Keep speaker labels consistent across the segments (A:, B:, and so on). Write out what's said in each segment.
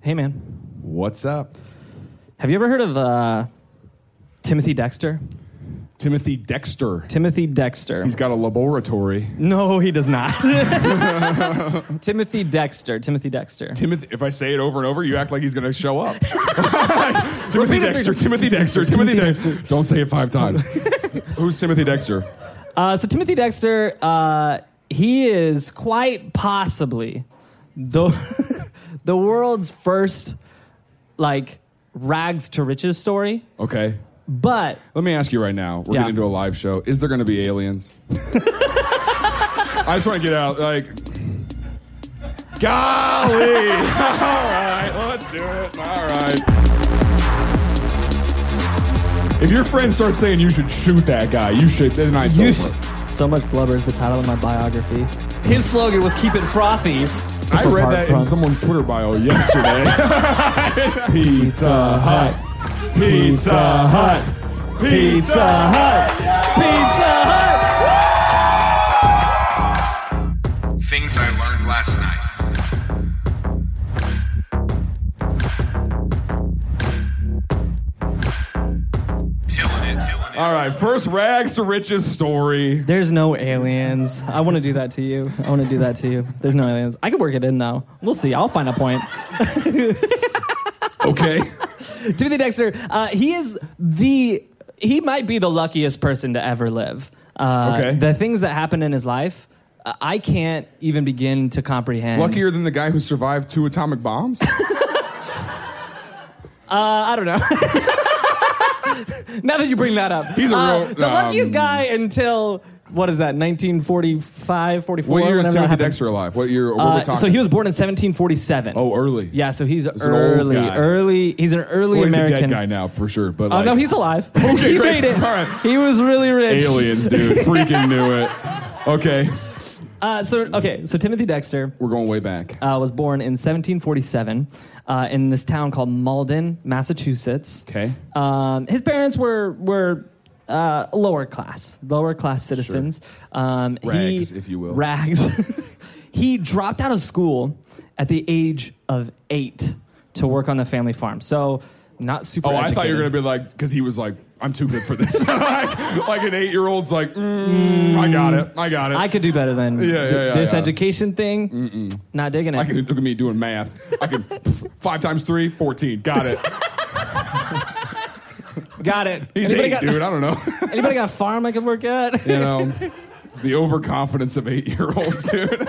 A: Hey, man.
B: What's up?
A: Have you ever heard of uh, Timothy Dexter?
B: Timothy Dexter.
A: Timothy Dexter.
B: He's got a laboratory.
A: no, he does not. Timothy Dexter. Timothy Dexter.
B: Timothy, if I say it over and over, you act like he's going to show up. Timothy Dexter, Timothy Dexter, Timothy Dexter. Don't say it five times. Who's Timothy Dexter?
A: Uh, so Timothy Dexter, uh, he is quite possibly the the world's first like rags to riches story,
B: Okay.
A: but
B: Let me ask you right now. We're
A: Yeah.
B: getting into a live show. Is there going to be aliens? I just want to get out. Like, golly. All right, let's do it. All right. If your friend starts saying you should shoot that guy, you should. Then I
A: You-
B: over.
A: so much blubber is the title of my biography. His slogan was "Keep it frothy."
B: I read
A: Apart
B: that in
A: from-
B: someone's Twitter bio yesterday. Pizza Hut. Pizza Hut. Pizza Hut.
A: Pizza Hut.
C: Things I learned last night. Tilling it, tilling it.
B: All right, first rags to riches story.
A: There's no aliens. I want to do that to you. I want to do that to you. There's no aliens. I could work it in though. We'll see. I'll find a point.
B: Okay.
A: Timothy Dexter, uh, he is the he might be the luckiest person to ever live. Uh,
B: Okay.
A: The things that happened in his life, uh, I can't even begin to comprehend.
B: Luckier than the guy who survived two atomic bombs?
A: Uh, I don't know. now that you bring that up,
B: He's a
A: Uh,
B: real-
A: the luckiest
B: um,
A: guy until what is that? 1945, 44.
B: What year is
A: whenever that
B: Timothy
A: happened.
B: Dexter alive? What year? What
A: Uh,
B: we talking?
A: so he was born in 1747.
B: Oh, early.
A: yeah. So he's
B: an old
A: early,
B: guy.
A: early. He's an early
B: Well, he's
A: American.
B: a dead guy now for sure. But
A: Oh
B: like,
A: no, he's alive.
B: Okay,
A: he
B: great.
A: made it.
B: All right.
A: He was really rich.
B: aliens, dude. Freaking knew it. Okay,
A: Uh, so okay, so Timothy Dexter
B: we're going way back.
A: uh, was born in 1747 uh, in this town called Malden, Massachusetts.
B: Okay.
A: Um, his parents were were uh, lower class, lower class citizens. Um, he-
B: Rags, if you will.
A: Rags. he dropped out of school at the age of eight to work on the family farm. So not super.
B: Oh, I thought you were gonna
A: educated.
B: be like, because he was like, I'm too good for this. like, like an eight year old's like, mm, I got it, I got it.
A: I could do better than
B: yeah, yeah,
A: this
B: yeah.
A: education thing. Not digging it.
B: I can look at me doing math. I can five times three, 14. Got it.
A: got it.
B: He's
A: anybody,
B: eight,
A: got,
B: dude. I don't know.
A: anybody got a farm I could work at?
B: you know, the overconfidence of eight year olds, dude.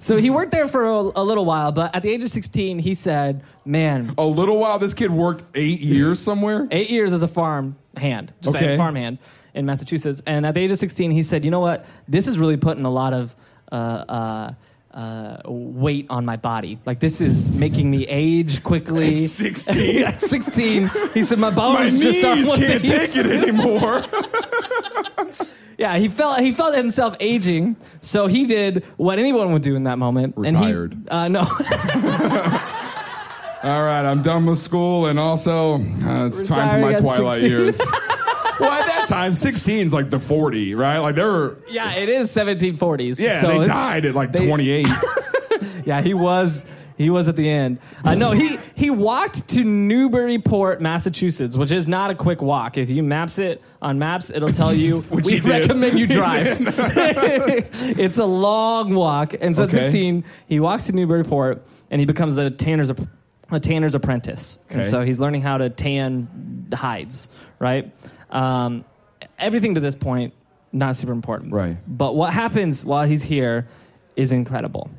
A: So he worked there for a, a little while, but at the age of 16, he said, Man,
B: A little while, this kid worked eight years somewhere.
A: eight years as a farm hand, just
B: Okay.
A: a farm hand in Massachusetts. And at the age of 16, he said, You know what? This is really putting a lot of. Uh, uh, uh, weight on my body. Like this is making me age quickly.
B: At 16?
A: At 16, he said my bones
B: My knees
A: just aren't what
B: can't
A: they used
B: take it anymore.
A: Yeah, he felt he felt himself aging, so he did what anyone would do in that moment. and he-
B: Retired.
A: uh, no,
B: All right, I'm done with school, and also uh, it's time for
A: Retiring
B: my
A: at
B: twilight
A: 16.
B: years. well, at that time, 16 is like the 40, right? Like they were,
A: yeah, it is 1740s.
B: yeah,
A: so
B: they
A: it's-
B: died at like
A: they-
B: 28.
A: Yeah, he was he was at the end. Uh, no, he he walked to Newburyport, Massachusetts, which is not a quick walk. If you maps it on maps, it'll tell you.
B: Which
A: we
B: he did.
A: recommend you
B: He
A: drive. it's a long walk, and so
B: Okay.
A: at 16, he walks to Newburyport and he becomes a tanner's app- a tanner's apprentice. And
B: Okay.
A: so he's learning how to tan hides, right? Um, everything to this point not super important.
B: Right.
A: But what happens while he's here is incredible.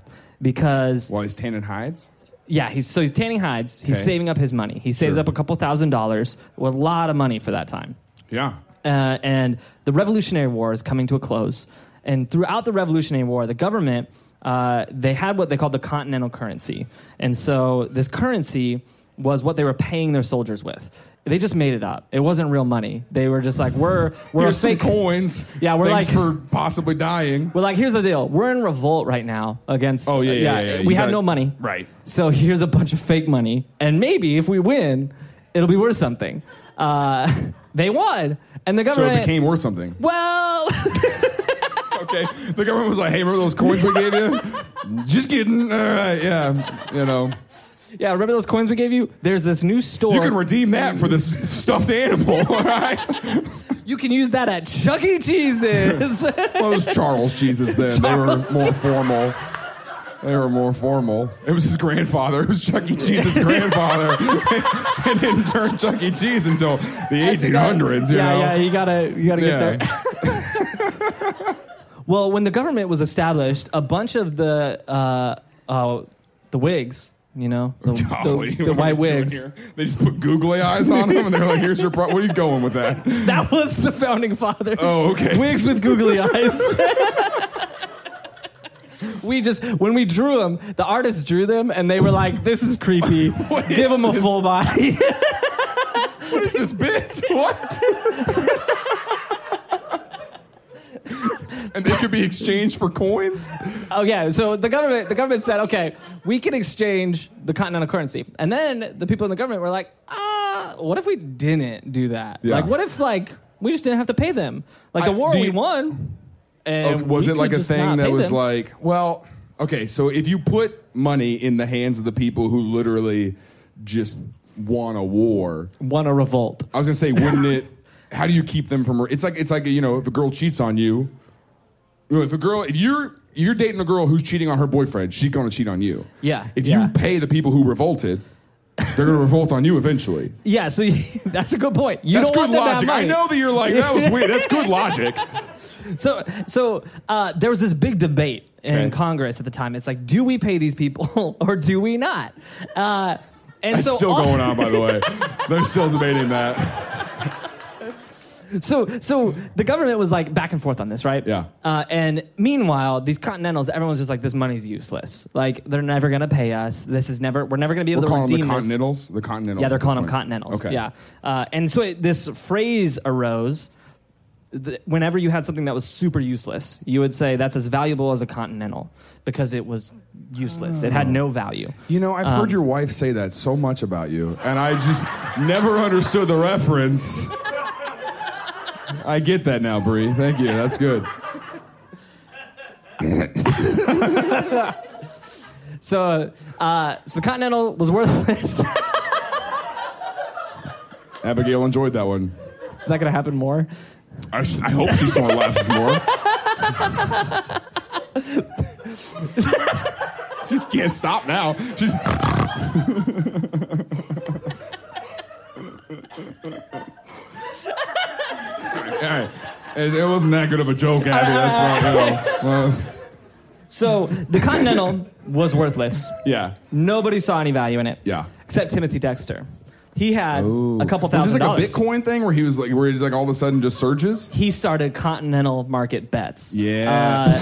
A: Because
B: While he's tanning hides.
A: yeah, he's so he's tanning hides. He's
B: Okay.
A: saving up his money. He saves
B: Sure.
A: up a couple thousand dollars, well, a lot of money for that time.
B: Yeah.
A: Uh, and the Revolutionary War is coming to a close. And throughout the Revolutionary War, the government uh, they had what they called the Continental Currency, and so this currency was what they were paying their soldiers with. They just made it up. It wasn't real money. They were just like, we're we're
B: Here's
A: a
B: some
A: fake
B: coins.
A: Yeah, we're
B: Thanks
A: like-
B: for possibly dying.
A: We're like, here's the deal. We're in revolt right now against. uh,
B: Oh, yeah, yeah, yeah, yeah.
A: We
B: You
A: have
B: gotta-
A: no money.
B: Right.
A: So here's a bunch of fake money, and maybe if we win, it'll be worth something. Uh, they won, and the
B: So
A: government.
B: it became worth something.
A: well,
B: Okay. The government was like, hey, remember those coins we gave you? Just kidding. All right. Yeah. You know,
A: Yeah, remember those coins we gave you? There's this new store.
B: You can redeem that for this stuffed animal, all right?
A: You can use that at Chuck E. Cheese's.
B: Well, it was Charles Jesus then.
A: Charles
B: they were more formal. They were more formal. It was his grandfather. It was Chuck E. Cheese's grandfather. it didn't turn Chuck E. Cheese until the 1800s, you
A: yeah,
B: know?
A: yeah, you gotta, you gotta
B: Yeah.
A: get there. Well, when the government was established, a bunch of the uh, uh, the wigs, you know, the, the-
B: Golly,
A: the
B: what are
A: white
B: we doing
A: wigs.
B: here? They just put googly eyes on them and they're like, here's your pro. Where are you going with that?
A: That was the founding fathers.
B: Oh, okay.
A: Wigs with googly eyes. we just when we drew them, the artists drew them, and they were like, "This is creepy.
B: What
A: Give
B: is
A: them a
B: this?"
A: full body."
B: What is this bit? What? and they could be exchanged for coins?
A: oh yeah. So the government, the government said, "Okay, we can exchange the continental currency," and then the people in the government were like, "Ah, what if we didn't do that?
B: Yeah.
A: Like, what if like we just didn't have to pay them? Like
B: I-
A: the war
B: do
A: we
B: you-
A: won."
B: Okay,
A: And
B: was
A: we
B: it
A: could
B: like a
A: just not
B: thing that
A: pay
B: was
A: them.
B: like, well, okay, so if you put money in the hands of the people who literally just want a war,
A: won a revolt?
B: I was gonna say, wouldn't it? How do you keep them from? It's like it's like you know, if a girl cheats on you, you know, if a girl, if you're you're dating a girl who's cheating on her boyfriend, she's gonna cheat on you.
A: Yeah,
B: If
A: yeah.
B: you pay the people who revolted, they're gonna revolt on you eventually.
A: Yeah, so that's a good point. You
B: That's
A: don't want
B: good
A: them to have
B: logic. I
A: money.
B: know that you're like that was weird. That's good logic.
A: So, so uh, there was this big debate in
B: Okay.
A: Congress at the time. It's like, do we pay these people or do we not? Uh, and
B: That's
A: so,
B: still
A: all-
B: going on, by the way. They're still debating that.
A: so, so the government was like back and forth on this, right?
B: Yeah.
A: Uh, and meanwhile, these Continentals, everyone's just like, this money's useless. Like, they're never gonna pay us. This is never. We're never gonna be able
B: We're
A: to
B: calling them
A: redeem
B: the
A: this.
B: Continentals. The Continentals.
A: Yeah, they're
B: at this
A: calling them
B: point.
A: continentals.
B: Okay.
A: Yeah. Uh, and so it, this phrase arose th- whenever you had something that was super useless, you would say that's as valuable as a continental because it was useless. It had
B: Oh.
A: no value.
B: You know, I've heard your wife say that so much about you, and I just never understood the reference. I get that now, Bree. Thank you. That's good.
A: So, uh, so the continental was worthless. Is
B: Abigail enjoyed that one.
A: that going to happen more?
B: I, sh- I hope she saw laughs more. she just can't stop now. She's. All right. It, it wasn't that good of a joke, Abby. That's why. you know, well,
A: So the continental was worthless.
B: yeah.
A: Nobody saw any value in it.
B: Yeah.
A: Except Timothy Dexter. He had a couple thousand
B: Was this like
A: dollars.
B: a Bitcoin thing where he was like, where he's like all of a sudden just surges?
A: He started continental market bets. Uh,
B: Yeah.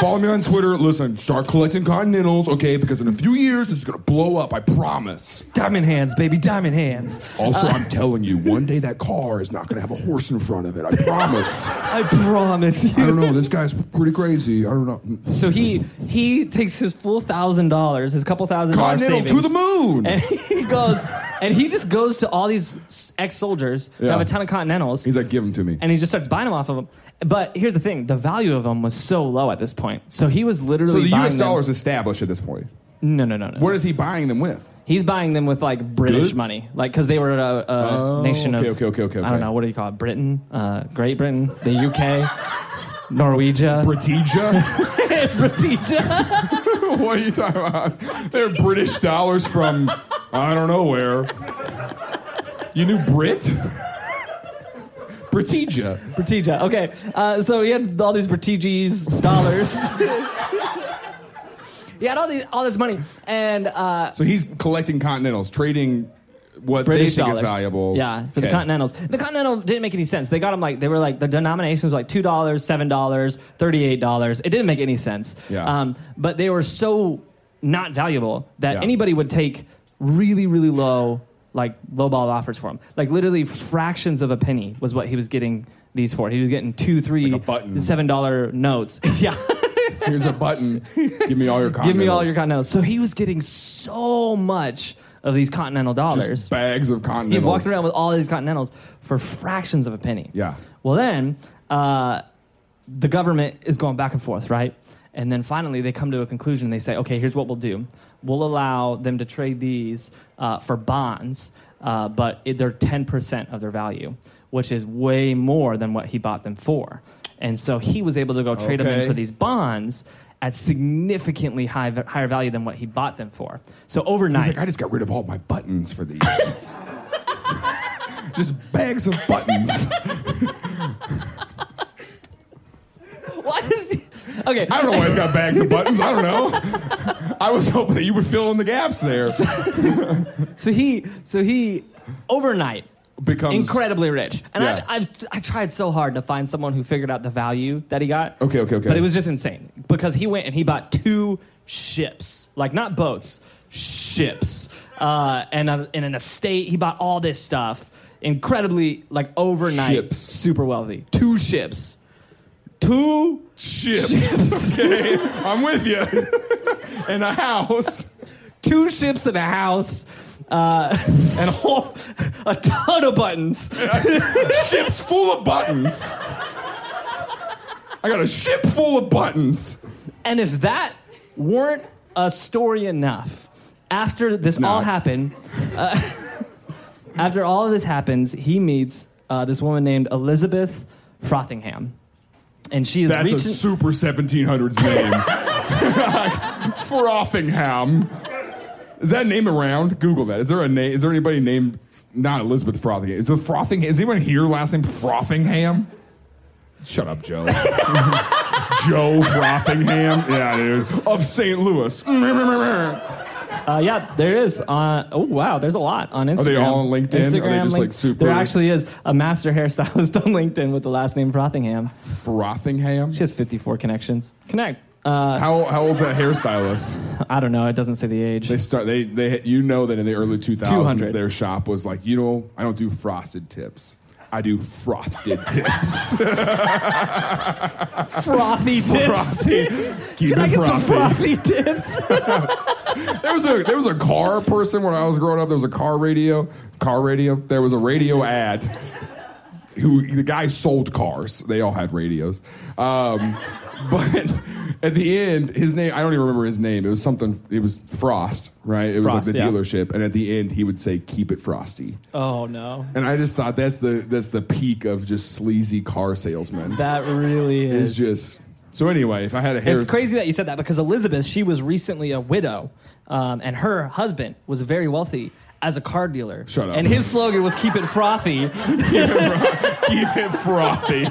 B: Follow me on Twitter. Listen, start collecting continentals, okay? Because in a few years, this is gonna blow up. I promise.
A: Diamond hands, baby, diamond hands.
B: Also, I'm telling you, one day that car is not gonna have a horse in front of it. I promise. I
A: I promise you.
B: don't know. This guy's pretty crazy. I don't know.
A: So he he takes his full thousand dollars, his couple thousand dollars
B: Continental
A: savings,
B: to the moon.
A: and he goes, and he just goes to all these ex-soldiers that
B: Yeah.
A: have a ton of Continentals,
B: He's like, give them to me.
A: and he just starts buying them off of them. But here's the thing: the value of them was so low at this point. So he was literally
B: So the
A: buying
B: U.S.
A: them-
B: dollar is established at this point.
A: No, no, no, no.
B: What is he buying them with?
A: He's buying them with like British
B: Goods?
A: money, like because they were a, a
B: Oh,
A: nation
B: okay,
A: of
B: okay, okay, okay,
A: I don't
B: okay.
A: know what do you call it? Britain, uh, Great Britain, the UK, Norwegia,
B: Britija?
A: Britannia.
B: what are you talking about? They're British dollars from I don't know where. You knew Brit? Britija.
A: Bertija. Okay. Uh, so he had all these Bertigi's dollars. he had all these all this money and uh,
B: So he's collecting continentals, trading what
A: British
B: they think
A: dollars.
B: is valuable.
A: Yeah, for the
B: Okay.
A: Continentals. The Continental didn't make any sense. They got them like they were like the denominations were like two dollars, seven dollars, thirty-eight dollars. It didn't make any sense.
B: Yeah.
A: Um, but they were so not valuable that
B: Yeah.
A: anybody would take really, really low like lowball offers for them. Like literally fractions of a penny was what he was getting these for. He was getting two, three,
B: Like a button.
A: seven dollar notes. yeah.
B: Here's a button. Give me all your continentals.
A: Give me all your continentals. So he was getting so much of these continental dollars.
B: Just bags of
A: he
B: continentals.
A: walked around with all these continentals for fractions of a penny.
B: Yeah.
A: Well, then uh, the government is going back and forth, right? And then finally, they come to a conclusion. They say, okay, here's what we'll do we'll allow them to trade these uh, for bonds, uh, but it, they're 10% of their value, which is way more than what he bought them for. And so he was able to go trade them in
B: Okay.
A: for these bonds at significantly high, higher value than what he bought them for. So overnight,
B: He's like, I just got rid of all my buttons for these. just bags of buttons.
A: why does he? Okay,
B: I don't know why he's got bags of buttons. I don't know. I was hoping that you would fill in the gaps there.
A: so he, so he, overnight,
B: Becomes
A: incredibly rich. And
B: Yeah.
A: I, I've, I tried so hard to find someone who figured out the value that he got.
B: Okay, okay, okay.
A: But it was just insane because he went and he bought two ships, like not boats, ships, uh, and, a, and an estate. He bought all this stuff. Incredibly, like overnight,
B: Ships.
A: super wealthy. Two ships. Two
B: Ships. okay, I'm with you. in a house.
A: two ships and a house, uh, and a whole a ton of buttons.
B: Ship's full of buttons. I got a ship full of buttons.
A: And if that weren't a story enough, after this all
B: not.
A: happened, uh, after all of this happens, he meets uh, this woman named Elizabeth Frothingham, and she is
B: That's a
A: reaching-
B: super 1700s name. Frothingham. Is that name around? Google that. Is there a name? Is there anybody named not Elizabeth Frothingham? Is there Frothingham? Is anyone here last name Frothingham? Shut up, Joe. Joe Frothingham. Yeah, dude. Of St. Louis. Are
A: Uh, yeah, there is. Uh, oh wow, there's a lot on Instagram.
B: they all on LinkedIn? Are they
A: Instagram,
B: just, like,
A: Link-
B: super-
A: There actually is a master hairstylist on LinkedIn with the last name Frothingham.
B: Frothingham?
A: She has 54 connections. Connect. Uh,
B: How, how old's that hairstylist?
A: I don't know. It doesn't say the age.
B: They start. They they. You know that in the early two thousands,
A: 200.
B: their shop was like, you know, I don't do frosted tips. I do frothed tips.
A: frothy tips.
B: frothy. Keep
A: Can
B: it
A: I get some
B: frothy.
A: frothy tips?
B: There was a there was a car person when I was growing up. There was a car radio. Car radio. There was a radio ad. Who the guy sold cars. They all had radios. Um, but at the end, his name I don't even remember his name. It was something. It was Frost, right? It was
A: Frost,
B: like the
A: yeah.
B: dealership. And at the end, he would say, "Keep it frosty."
A: oh no.
B: And I just thought that's the that's the peak of just sleazy car salesman.
A: That really
B: It's
A: is.
B: just so anyway. If I had a hair,
A: it's crazy that you said that because Elizabeth, she was recently a widow, um, and her husband was very wealthy as a car dealer.
B: Shut up.
A: And his slogan was "Keep it frothy."
B: keep it frothy.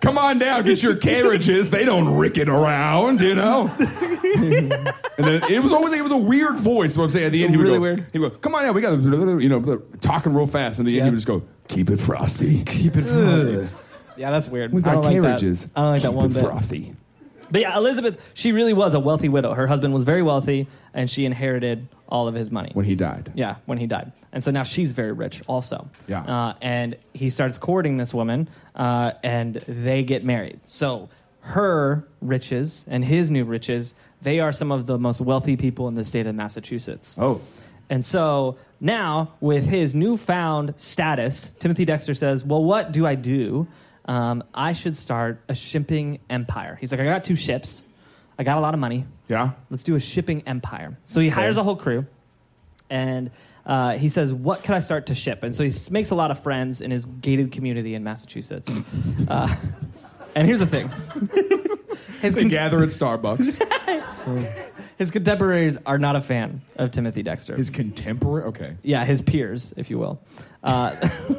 B: Come on down, get your carriages. They don't rick it around, you know. and then it was always it was a weird voice. What I'm saying at the end, he would
A: Really
B: go,
A: weird.
B: He would go, "Come on down, we got you know talking real fast." And at the end,
A: Yeah.
B: he would just go, "Keep it frosty, keep it frothy.
A: yeah, that's weird.
B: We
A: I
B: got
A: don't like that.
B: carriages.
A: I don't like that
B: keep
A: one
B: it
A: bit.
B: frothy."
A: But yeah, Elizabeth, she really was a wealthy widow. Her husband was very wealthy, and she inherited all of his money.
B: When he died,
A: Yeah, when he died. And so now she's very rich also.
B: Yeah.
A: Uh, and he starts courting this woman, uh, and they get married. So her riches and his new riches, they are some of the most wealthy people in the state of Massachusetts.
B: oh,
A: And so now, with his newfound status, Timothy Dexter says, Well, what do I do? Um, I should start a shipping empire. He's like, I got two ships, I got a lot of money
B: yeah.
A: let's do a shipping empire. So he hires a whole crew, and uh, he says, "What can I start to ship?" And so he s- makes a lot of friends in his gated community in Massachusetts. uh, and here's the thing: his,
B: They
A: con-
B: gather at Starbucks.
A: his contemporaries are not a fan of Timothy Dexter.
B: His contemporary. Okay.
A: yeah, his peers, if you will. Uh,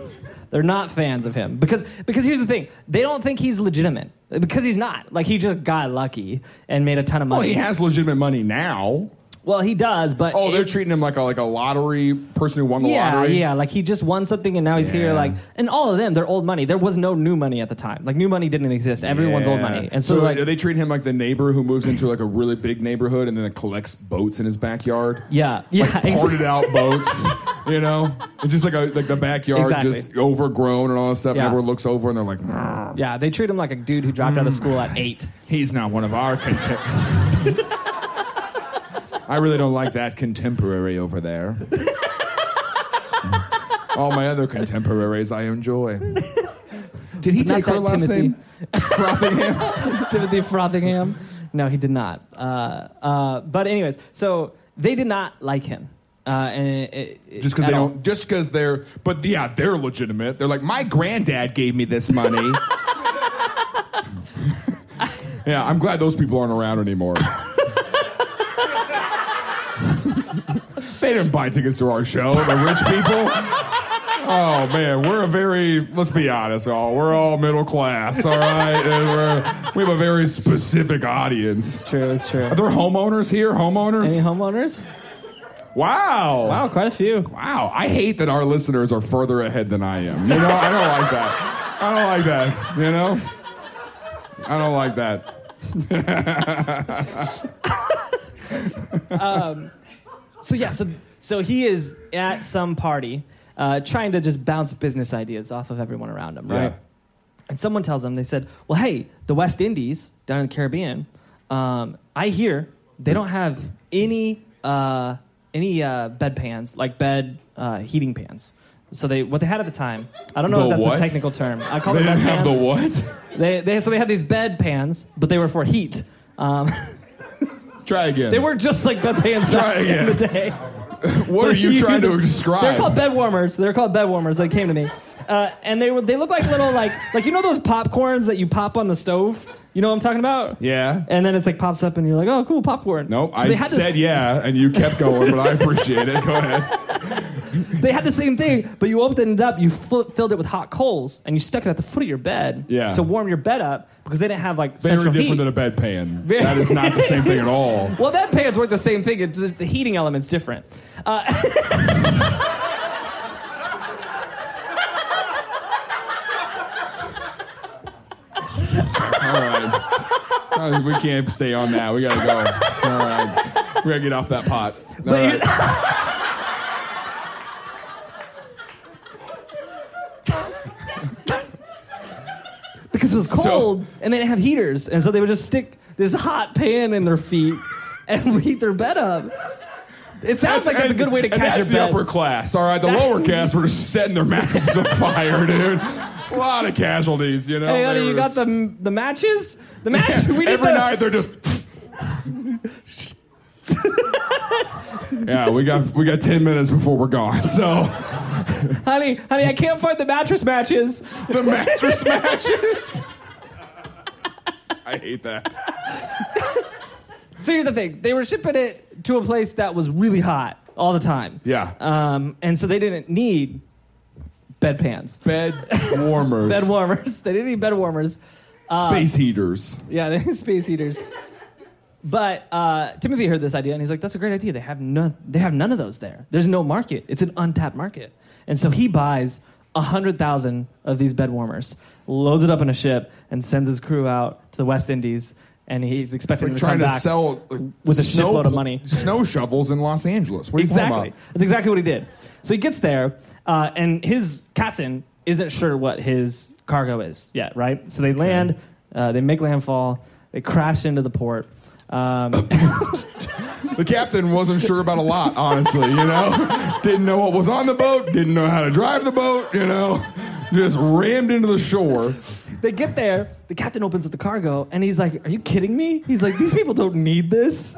A: they're not fans of him because because here's the thing: they don't think he's legitimate because he's not. Like he just got lucky and made a ton of money.
B: Well, Oh, he has legitimate money now.
A: Well, he does, but
B: Oh,
A: it-
B: they're treating him like a like a lottery person who won the
A: yeah,
B: lottery.
A: yeah. Like he just won something and now he's here.
B: Yeah.
A: Like, and all of them, they're old money. There was no new money at the time. Like, new money didn't exist. Everyone's old
B: Yeah.
A: money. And so, like,
B: are they treating him like the neighbor who moves into like a really big neighborhood and then collects boats in his backyard?
A: yeah, yeah, ex-
B: Parted out boats, you know? It's just like a, like the backyard
A: Exactly.
B: just overgrown and all that stuff.
A: Yeah.
B: And everyone looks over and they're like, "Grr,
A: yeah. They treat him like a dude who dropped out
B: Mm.
A: of school at eight.
B: he's not one of our contemporaries. I really don't like that contemporary over there. all my other contemporaries I enjoy. Did he
A: But not
B: take her
A: that
B: last
A: Timothy.
B: name? Frothingham?
A: Timothy Frothingham. No, he did not. Uh, uh, but anyways, so they did not like him. Uh, and it, it,
B: Just because
A: at
B: they
A: all.
B: don't, just because they're, but yeah, they're legitimate. They're like, my granddad gave me this money. yeah, I'm glad those people aren't around anymore. they didn't buy tickets to our show, the rich people. Oh man, we're a very let's be honest, all we're all middle class, all right. And we're, we have a very specific audience.
A: True, it's true.
B: Are there homeowners here?
A: Any
B: Homeowners?
A: homeowners?
B: Wow.
A: Wow, quite a few.
B: Wow, I hate that our listeners are further ahead than I am. You know, I don't like that. I don't like that. You know, I don't like that.
A: So yeah, so so he is at some party, uh, trying to just bounce business ideas off of everyone around him, right?
B: Yeah.
A: And someone tells him, they said, "Well, hey, the West Indies down in the Caribbean, um, I hear they don't have any uh, any uh, bed pans, like bed uh, heating pans. So they what they had at the time, I don't know
B: The
A: if that's
B: what?
A: the technical term. I call
B: They
A: them
B: didn't
A: bed
B: have
A: pans.
B: the what?
A: They, they so they had these bed pans, but they were for heat. Um,
B: Try again.
A: they were just like bed pans
B: Try
A: back in the
B: again.
A: day."
B: What are you trying to describe?
A: They're called bed warmers. They're called bed warmers. They came to me, uh, and they were they look like little like like you know those popcorns that you pop on the stove. You know what I'm talking about?
B: yeah.
A: And then it's like pops up, and you're like, oh, cool popcorn.
B: Nope,
A: So
B: I said
A: this,
B: yeah, and you kept going, but I appreciate it. Go ahead.
A: They had the same thing, but you opened it up, you fl- filled it with hot coals, and you stuck it at the foot of your bed
B: Yeah.
A: to warm your bed up because they didn't have like
B: Very
A: central
B: different
A: heat.
B: than a bedpan.
A: Very-
B: That is not the same thing at all.
A: well, bed pans work the same thing. It's just the heating element's different.
B: All right. Uh, We can't stay on that. We gotta go. All right. We gotta get off that pot. All
A: But you-
B: right.
A: because it was
B: So-
A: cold and they didn't have heaters. And so they would just stick this hot pan in their feet and heat their bed up. It sounds like that's a
B: and-
A: good way to
B: and
A: catch your
B: that's the
A: bed.
B: upper class. All right, the lower class were just setting their mattresses on fire, dude. A lot of casualties, you know.
A: Hey,
B: They
A: honey,
B: were
A: you got
B: just-
A: the, the matches? The match? We need
B: Every
A: the,
B: night they're just. yeah, we got we got ten minutes before we're gone. So
A: Honey, honey, I can't find the mattress matches.
B: the mattress matches. I hate that.
A: So here's the thing they were shipping it to a place that was really hot all the time.
B: Yeah.
A: Um, and so they didn't need bedpans,
B: bed warmers.
A: bed Ah. warmers. They didn't need bed warmers.
B: Space heaters.
A: Yeah, they're space heaters. But uh, Timothy heard this idea and he's like, "That's a great idea. They have none. They have none of those there. There's no market. It's an untapped market." And so he buys a hundred thousand of these bed warmers, loads it up in a ship, and sends his crew out to the West Indies. And he's expecting
B: Like
A: them to come
B: trying to
A: back.
B: sell like,
A: with a
B: snow
A: shitload of
B: pl-
A: money.
B: Snow shovels in Los Angeles. What are you talking
A: exactly.
B: about?
A: That's exactly what he did. So he gets there, uh, and his captain isn't sure what his cargo is yet, right? So they land, uh, they make landfall, they crash into the port. Um,
B: The captain wasn't sure about a lot, honestly, you know? didn't know what was on the boat, didn't know how to drive the boat, you know? Just rammed into the shore.
A: They get there, the captain opens up the cargo, and he's like, Are you kidding me? He's like, These people don't need this.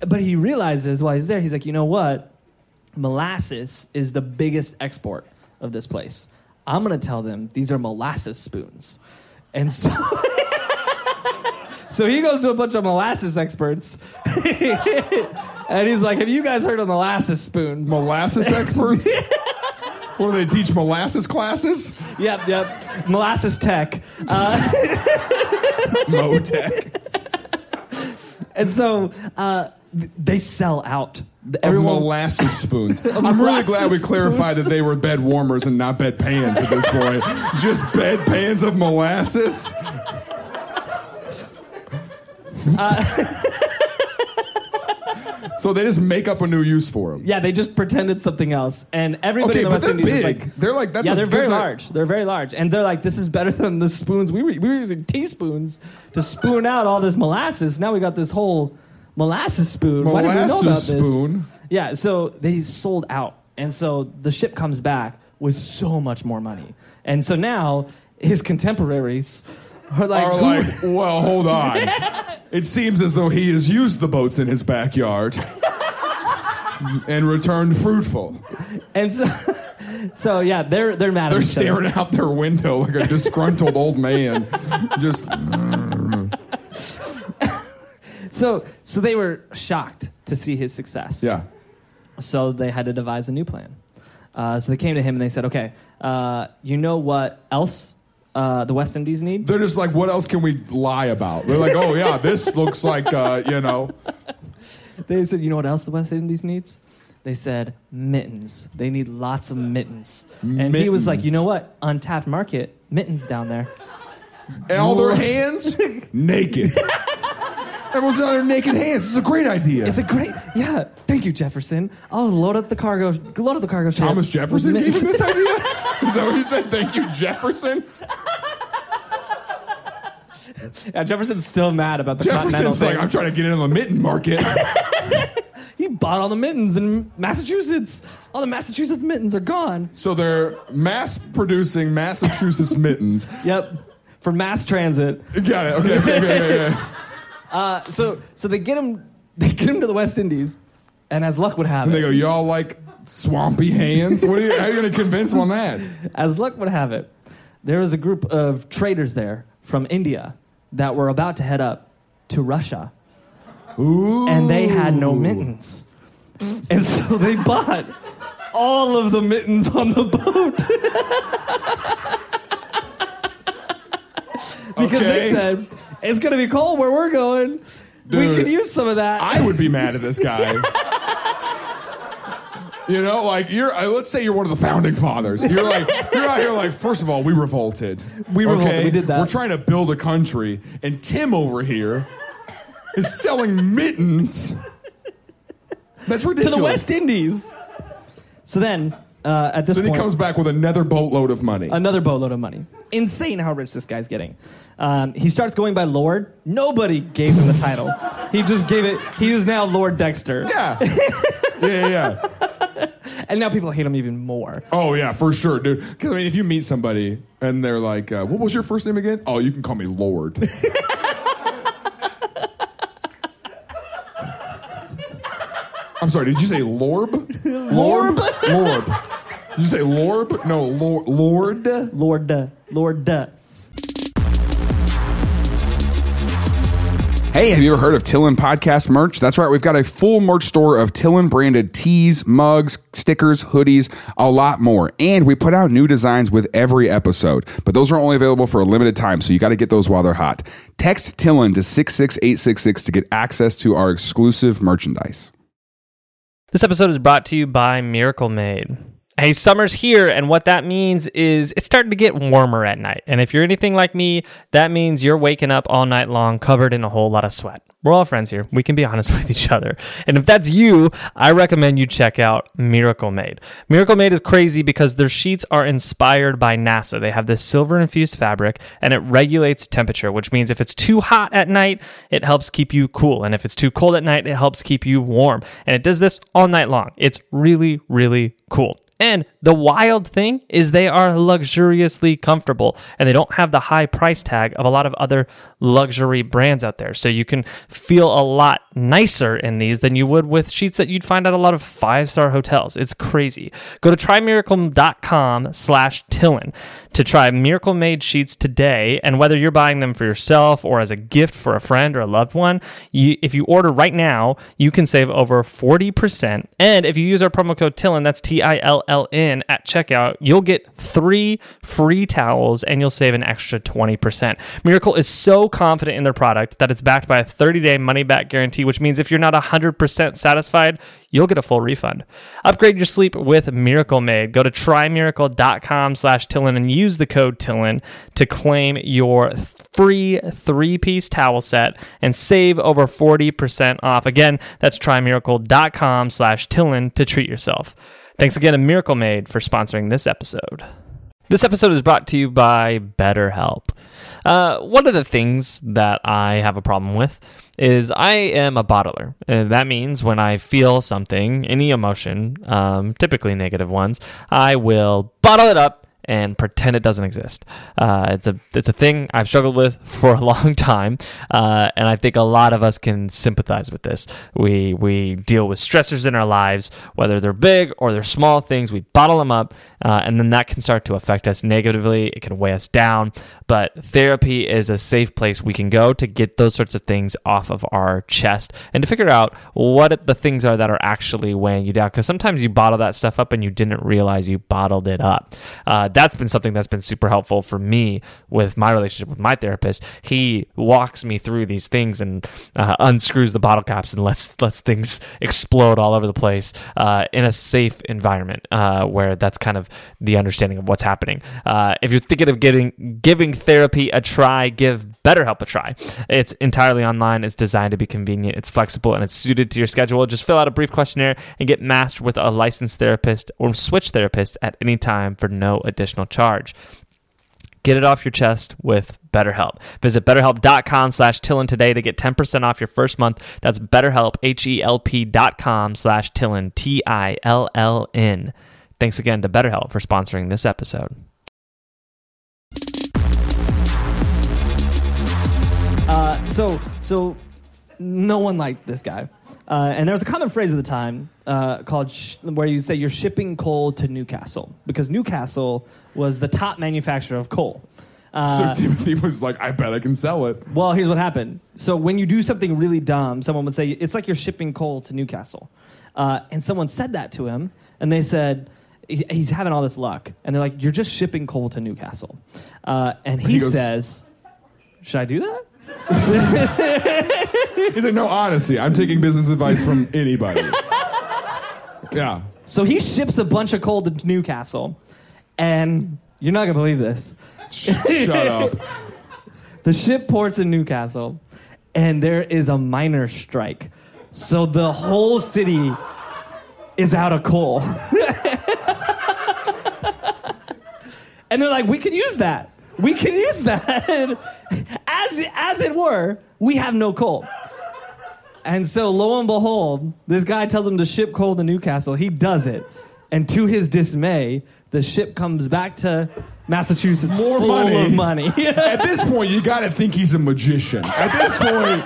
A: But he realizes while he's there, he's like, You know what? Molasses is the biggest export of this place. I'm going to tell them these are molasses spoons. And so. So he goes to a bunch of molasses experts, and he's like, "Have you guys heard of molasses spoons?"
B: Molasses experts? what do they teach molasses classes?
A: yep, yep. Molasses tech.
B: Motec.
A: And so uh, th- they sell out. The-
B: Of
A: Everyone,
B: molasses spoons. I'm really glad we
A: molasses
B: clarified
A: spoons.
B: that they were bed warmers and not bed pans at this point. Just bed pans of molasses. so they just make up a new use for them.
A: yeah, they just pretended something else, and everybody in
B: Okay,
A: the
B: but
A: West
B: they're
A: Indies is
B: big.
A: like,
B: They're like- that's
A: yeah,
B: as
A: they're very
B: good as I-
A: large. They're very large, and they're like, this is better than the spoons we were. We were using teaspoons to spoon out all this molasses. Now we got this whole molasses spoon. Why didn't we know about
B: Molasses
A: this?
B: spoon?
A: Yeah, so they sold out, and so the ship comes back with so much more money, and so now his contemporaries are like,
B: Are
A: "Who-
B: like, well, hold on. It seems as though he has used the boats in his backyard and returned fruitful.
A: and so, so yeah, they're they're mad.
B: They're
A: at each other.
B: staring out their window like a disgruntled old man. Just
A: So so they were shocked to see his success.
B: yeah.
A: So they had to devise a new plan. Uh, so they came to him and they said, "Okay, uh, you know what else uh, the West Indies need?
B: They're just like, what else can we lie about? They're like, oh yeah, this looks like uh, you know.
A: They said, you know what else the West Indies needs? They said mittens. They need lots of mittens. And he was like, you know what? Untapped market, mittens down there.
B: And all their hands naked. Everyone's on their naked hands. This is a great idea.
A: It's a great, yeah. Thank you, Jefferson. I'll load up the cargo. Load up the cargo ship.
B: Thomas
A: with
B: Jefferson gave you
A: mittens."
B: this idea? Is that what you said? Thank you, Jefferson?
A: Yeah, Jefferson's still mad about the Continental
B: Jefferson's
A: thing.
B: like, I'm trying to get in on the mitten market.
A: he bought all the mittens in Massachusetts. All the Massachusetts mittens are gone.
B: so they're mass producing Massachusetts mittens.
A: Yep, for mass transit.
B: Got it. Okay. okay, okay, okay, okay.
A: So, so they get him. They get him to the West Indies, and as luck would have
B: And
A: it,
B: they go, y'all like swampy hands? What are you, how are you going to convince them on that?
A: As luck would have it, there was a group of traders there from India that were about to head up to Russia,
B: Ooh.
A: and they had no mittens. And so they bought all of the mittens on the boat. because
B: Okay.
A: they said, it's going to be cold where we're going. we
B: Dude,
A: could use some of that.
B: I would be mad at this guy. you know, like you're. uh, Let's say you're one of the founding fathers. You're like you're out here. Like first of all, we revolted.
A: We revolted. We did that.
B: We're trying to build a country, and Tim over here is selling mittens. That's
A: to
B: ridiculous.
A: the West Indies. So then, uh, at this
B: Then he
A: point.
B: comes back with another boatload of money.
A: another boatload of money. Insane how rich this guy's getting. Um, he starts going by Lord. Nobody gave him the title. he just gave it. He is now Lord Dexter,
B: yeah. yeah, yeah, yeah.
A: and now people hate him even more.
B: Oh yeah, for sure, dude. Because I mean, if you meet somebody and they're like, uh, "What was your first name again?" Oh, you can call me Lord. I'm sorry. Did you say Lorb? Lorb? Lorb. Did you say Lorb? No, Lor- Lord.
A: Lord, duh, Lord, duh.
B: Hey, have you ever heard of Tillin Podcast merch? That's right, we've got a full merch store of Tillin branded tees, mugs, stickers, hoodies, a lot more. And we put out new designs with every episode, but those are only available for a limited time, so you got to get those while they're hot. Text Tillin to 66866 to get access to our exclusive merchandise.
D: This episode is brought to you by Miracle Made. Hey, summer's here, and what that means is it's starting to get warmer at night. And if you're anything like me, that means you're waking up all night long covered in a whole lot of sweat. We're all friends here. We can be honest with each other. And if that's you, I recommend you check out Miracle Made. Miracle Made is crazy because their sheets are inspired by NASA. They have this silver infused fabric and it regulates temperature, which means if it's too hot at night, it helps keep you cool. And if it's too cold at night, it helps keep you warm. And it does this all night long. It's really, really cool. And the wild thing is they are luxuriously comfortable and they don't have the high price tag of a lot of other luxury brands out there. So you can feel a lot nicer in these than you would with sheets that you'd find at a lot of five-star hotels. It's crazy. Go to trymiracle.com slash Tillin to try Miracle Made sheets today. And whether you're buying them for yourself or as a gift for a friend or a loved one, you, if you order right now, you can save over 40%. And if you use our promo code TILLIN, that's T I L L N, at checkout, you'll get three free towels and you'll save an extra 20%. Miracle is so confident in their product that it's backed by a 30 day money back guarantee, which means if you're not 100% satisfied, you'll get a full refund. Upgrade your sleep with Miracle Made. Go to trymiracle.com slash Tillin and use the code Tillin to claim your free three-piece towel set and save over 40% off. Again, that's trymiracle.com slash Tillin to treat yourself. Thanks again to Miracle Made for sponsoring this episode. This episode is brought to you by BetterHelp. Uh, one of the things that I have a problem with is I am a bottler. And that means when I feel something, any emotion, um, typically negative ones, I will bottle it up and pretend it doesn't exist. Uh, it's a it's a thing I've struggled with for a long time, uh, and I think a lot of us can sympathize with this. We we deal with stressors in our lives, whether they're big or they're small things. We bottle them up, uh, and then that can start to affect us negatively. It can weigh us down. But therapy is a safe place we can go to get those sorts of things off of our chest and to figure out what the things are that are actually weighing you down. Because sometimes you bottle that stuff up and you didn't realize you bottled it up. Uh, that's been something that's been super helpful for me with my relationship with my therapist. He walks me through these things and uh, unscrews the bottle caps and lets lets things explode all over the place uh, in a safe environment uh, where that's kind of the understanding of what's happening. Uh, if you're thinking of getting giving therapy a try, give BetterHelp a try. It's entirely online. It's designed to be convenient. It's flexible and it's suited to your schedule. Just fill out a brief questionnaire and get matched with a licensed therapist or switch therapist at any time for no additional charge. Get it off your chest with BetterHelp. Visit betterhelp.com slash Tillin today to get 10% off your first month. That's betterhelp, H-E-L-P dot com slash Tillin, T-I-L-L-N. Thanks again to BetterHelp for sponsoring this episode.
A: Uh, so so no one liked this guy. Uh, and there was a common phrase at the time uh, called sh- where you say you're shipping coal to Newcastle because Newcastle was the top manufacturer of coal. Uh,
B: so Timothy was like, I bet I can sell it.
A: well, here's what happened. So when you do something really dumb, someone would say it's like you're shipping coal to Newcastle, uh, and someone said that to him, and they said "He- he's having all this luck, and they're like, you're just shipping coal to Newcastle, uh, and he,
B: He goes-
A: says, should I do that?
B: He's like, no, honestly, I'm taking business advice from anybody. yeah.
A: So he ships a bunch of coal to Newcastle, and you're not gonna believe this.
B: Sh- shut up.
A: The ship ports in Newcastle, and there is a miners' strike. So the whole city is out of coal. and they're like, we can use that. We can use that. As, as it were, we have no coal. And so, lo and behold, this guy tells him to ship coal to Newcastle. He does it. And to his dismay, the ship comes back to Massachusetts
B: More
A: full
B: money.
A: of money.
B: At this point, you gotta think he's a magician. At this point,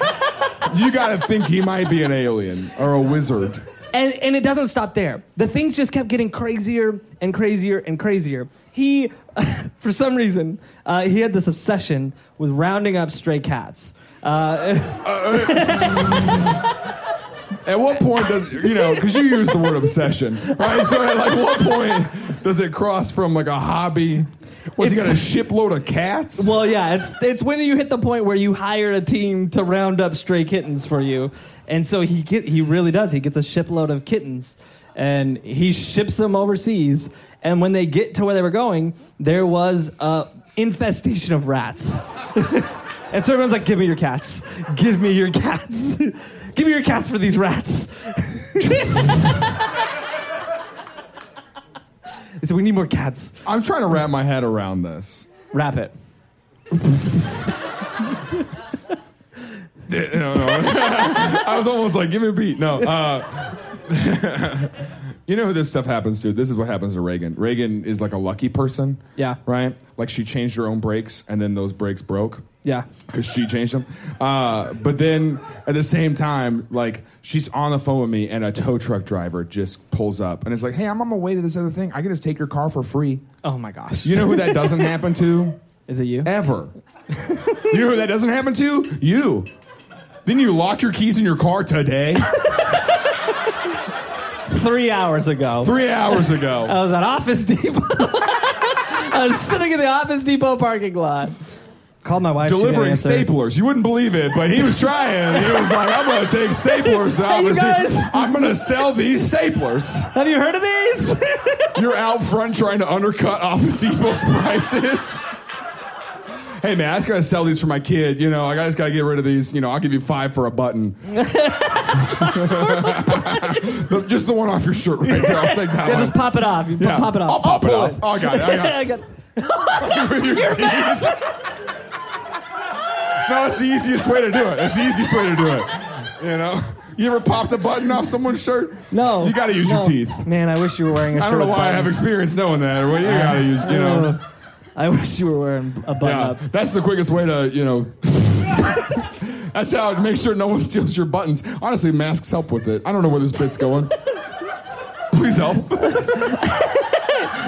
B: you gotta think he might be an alien or a wizard.
A: And, and it doesn't stop there. The things just kept getting crazier and crazier and crazier. He, for some reason, uh, he had this obsession with rounding up stray cats. Uh,
B: At what point does you know? Because you use the word obsession, right? So at like what point does it cross from like a hobby? What's he got a
A: It's-
B: shipload of cats?
A: well, yeah, it's, it's when you hit the point where you hire a team to round up stray kittens for you. And so he, get, he really does. He gets a shipload of kittens and he ships them overseas. And when they get to where they were going, there was a infestation of rats. And so everyone's like, give me your cats. Give me your cats. give me your cats for these rats. They said, we need more cats.
B: I'm trying to wrap my head around this.
A: Wrap it.
B: Eh, No, no. I was almost like, give me a beat. No. Uh, you know who this stuff happens to? This is what happens to Reagan. Reagan is like a lucky person.
A: Yeah.
B: Right? Like she changed her own brakes and then those brakes broke.
A: Yeah.
B: because she changed them. Uh, but then at the same time, like she's on the phone with me, and a tow truck driver just pulls up and it's like, "Hey, I'm on my way to this other thing. I can just take your car for free."
A: Oh my gosh.
B: You know who that doesn't happen to
A: Is it you?
B: ever. you know who that doesn't happen to you. Then you lock your keys in your car today,
A: Three hours ago.
B: three hours ago.
A: I was at Office Depot. I was sitting in the Office Depot parking lot. Called my wife. she didn't
B: Delivering
A: answer.
B: staplers. You wouldn't believe it, but he was trying. He was like, I'm going to take staplers
A: Hey,
B: out.
A: you
B: and see-
A: guys.
B: I'm going to sell these staplers.
A: Have you heard of these?
B: You're out front trying to undercut Office Depot's prices. Hey man, I just gotta sell these for my kid. You know, I just gotta get rid of these. You know, I'll give you five for a button. The- just the one off your shirt right there. I'll take
A: yeah,
B: that one.
A: just pop it off. You
B: Yeah,
A: pop it off.
B: I'll pop it
A: pull
B: off. Oh, I got it, I got it.
A: I got it.
B: With your teeth. No, it's the easiest way to do it. It's the easiest way to do it. You know, You ever popped a button off someone's shirt?
A: No.
B: You got to use
A: no.
B: your teeth.
A: Man, I wish you were wearing a shirt.
B: I don't know
A: with
B: why I have
A: buttons.
B: experience knowing that. Well, you got to use, you know.
A: Ugh. I wish you were wearing a button
B: Yeah,
A: up.
B: that's the quickest way to, you know. that's how it makes sure no one steals your buttons. Honestly, masks help with it. I don't know where this bit's going. Please help.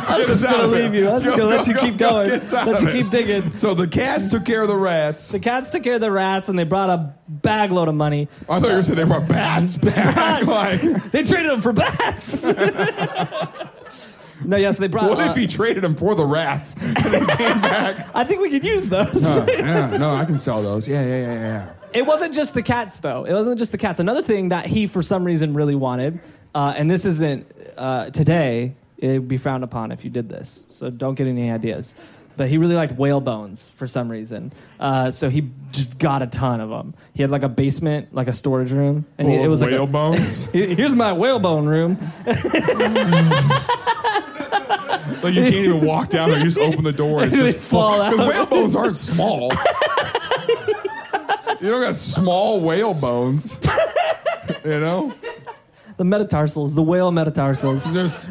A: I'm just
B: out
A: gonna
B: of here.
A: leave you. I'm just
B: Go,
A: gonna let
B: go,
A: you keep
B: go, go,
A: going.
B: get us out
A: Let
B: of
A: you
B: here.
A: keep digging.
B: So the cats took care of the rats.
A: The cats took care of the rats, and they brought a bag load of money.
B: I thought you were saying they brought bats back. like,
A: They traded them for bats. no, yes, they brought.
B: what
A: uh,
B: if he traded them for the rats?
A: I think we could use those.
B: yeah, no, I can sell those. Yeah, yeah, yeah, yeah.
A: It wasn't just the cats, though. It wasn't just the cats. Another thing that he, for some reason, really wanted, uh, and this isn't uh, today, it would be frowned upon if you did this. So don't get any ideas. But he really liked whale bones for some reason. Uh, so he just got a ton of them. He had like a basement, like a storage room. And he-
B: Full
A: it
B: of
A: was
B: whale
A: like a,
B: bones.
A: "Here- Here's my whalebone room.
B: Like you can't even walk down there. You just open the door and it's
A: They
B: just full.
A: fall out.
B: Because whale bones aren't small. you don't got small whale bones. You know,
A: The metatarsals, the whale metatarsals.
B: There's-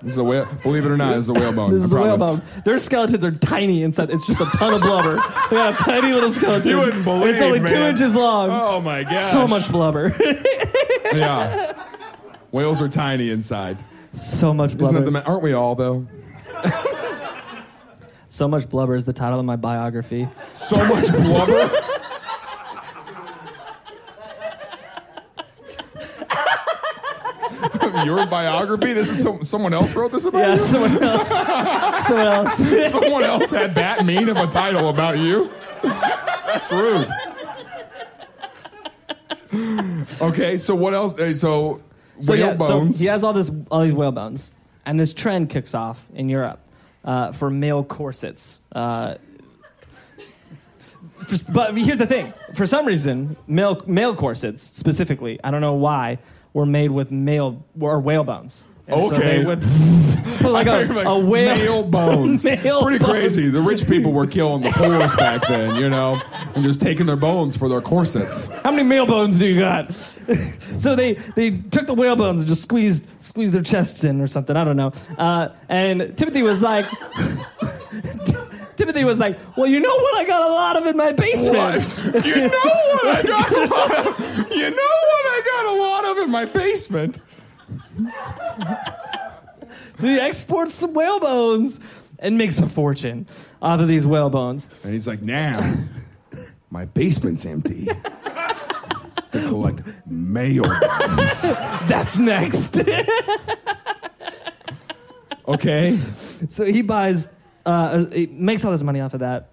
B: this is a whale. Believe it or not, this is a whale bone.
A: This is
B: I
A: a whale
B: promise.
A: bone. Their skeletons are tiny inside. It's just a ton of blubber. They got a tiny little skeleton.
B: You wouldn't
A: And It's
B: believe,
A: only two
B: man.
A: inches long.
B: Oh my god!
A: so much blubber.
B: Yeah, whales are tiny inside.
A: so much
B: Isn't
A: blubber.
B: that the? Ma- aren't we all though?
A: so much blubber is the title of my biography.
B: So much blubber. Your biography? This is some, someone else wrote this about
A: Yeah,
B: you?
A: someone else. someone else.
B: Someone else had that mean of a title about you? That's rude. Okay, so what else? eh, So,
A: So,
B: whale
A: yeah, so
B: bones.
A: he has all this, all these whale bones, and this trend kicks off in Europe uh, for male corsets. Uh, for- but here's the thing: for some reason, male male corsets specifically, I don't know why, were made with male or whale bones. And So
B: Okay.
A: they would put like
B: I
A: a,
B: heard, like,
A: a whale.
B: male bones.
A: Male
B: Pretty
A: bones.
B: crazy. The rich people were killing the poor's back then, you know, and just taking their bones for their corsets.
A: How many male bones do you got? so they they took the whale bones and just squeezed squeezed their chests in or something. I don't know. Uh, and Timothy was like. Timothy was like, "Well, you know what I got a lot of in my basement."
B: What? You know what I got a lot of. You know what I got a lot of in my basement.
A: So he exports some whale bones and makes a fortune off of these whale bones.
B: And he's like, nah, my basement's empty. to collect mail.
A: That's next.
B: Okay.
A: so he buys, uh, he makes all this money off of that.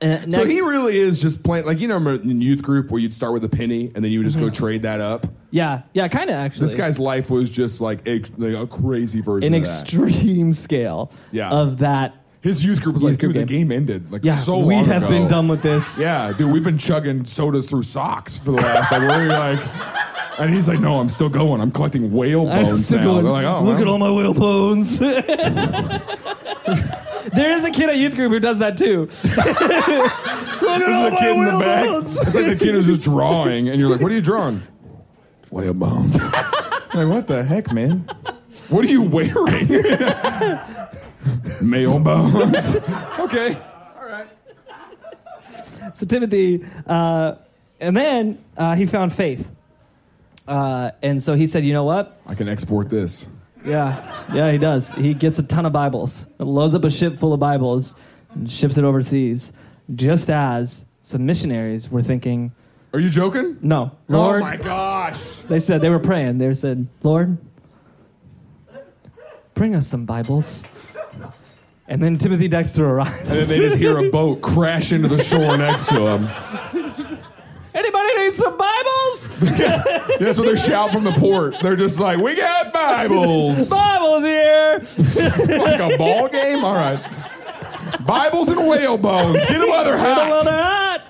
A: And
B: So
A: next-
B: he really is just playing like you know remember in youth group where you'd start with a penny and then you would
A: Mm-hmm.
B: just go trade that up.
A: yeah, yeah, kind of actually.
B: This guy's life was just like a, like a crazy version
A: an
B: of that.
A: extreme scale
B: Yeah.
A: of that
B: His youth group was
A: Youth
B: like,
A: group
B: dude, the game ended like
A: Yeah,
B: so
A: we
B: long
A: have
B: ago.
A: been done with this.
B: Yeah, dude, we've been chugging sodas through socks for the last like we're like and he's like, No, I'm still going. I'm collecting whale
A: I'm
B: bones
A: still
B: now.
A: going,
B: They're like, oh,
A: look at
B: well.
A: all my whale bones. there is a kid at youth group who does that too. look at all
B: There's the
A: my
B: kid in the
A: whale
B: back.
A: bones.
B: It's like the kid who's just drawing, and you're like, "What are you drawing?" Whale bones. like, what the heck, man? What are you wearing? Male bones. okay.
A: So Timothy, uh, and then uh, he found faith, uh, and so he said, you know what?
B: I can export this.
A: Yeah, yeah, he does. He gets a ton of Bibles, loads up a ship full of Bibles, and ships it overseas, just as some missionaries were thinking.
B: Are you joking?
A: No,
B: Oh
A: Lord,
B: my gosh.
A: They said they were praying. They said, "Lord, bring us some Bibles." And then Timothy Dexter
B: And
A: arrives.
B: then they just hear a boat crash into the shore next to them.
A: Anybody need some Bibles?
B: That's what they shout from the port. They're just like, "We got Bibles."
A: Bibles here.
B: like a ball game. All right. Bibles and whale bones. Get them while they're
A: Well,
B: hot.
A: they're hot.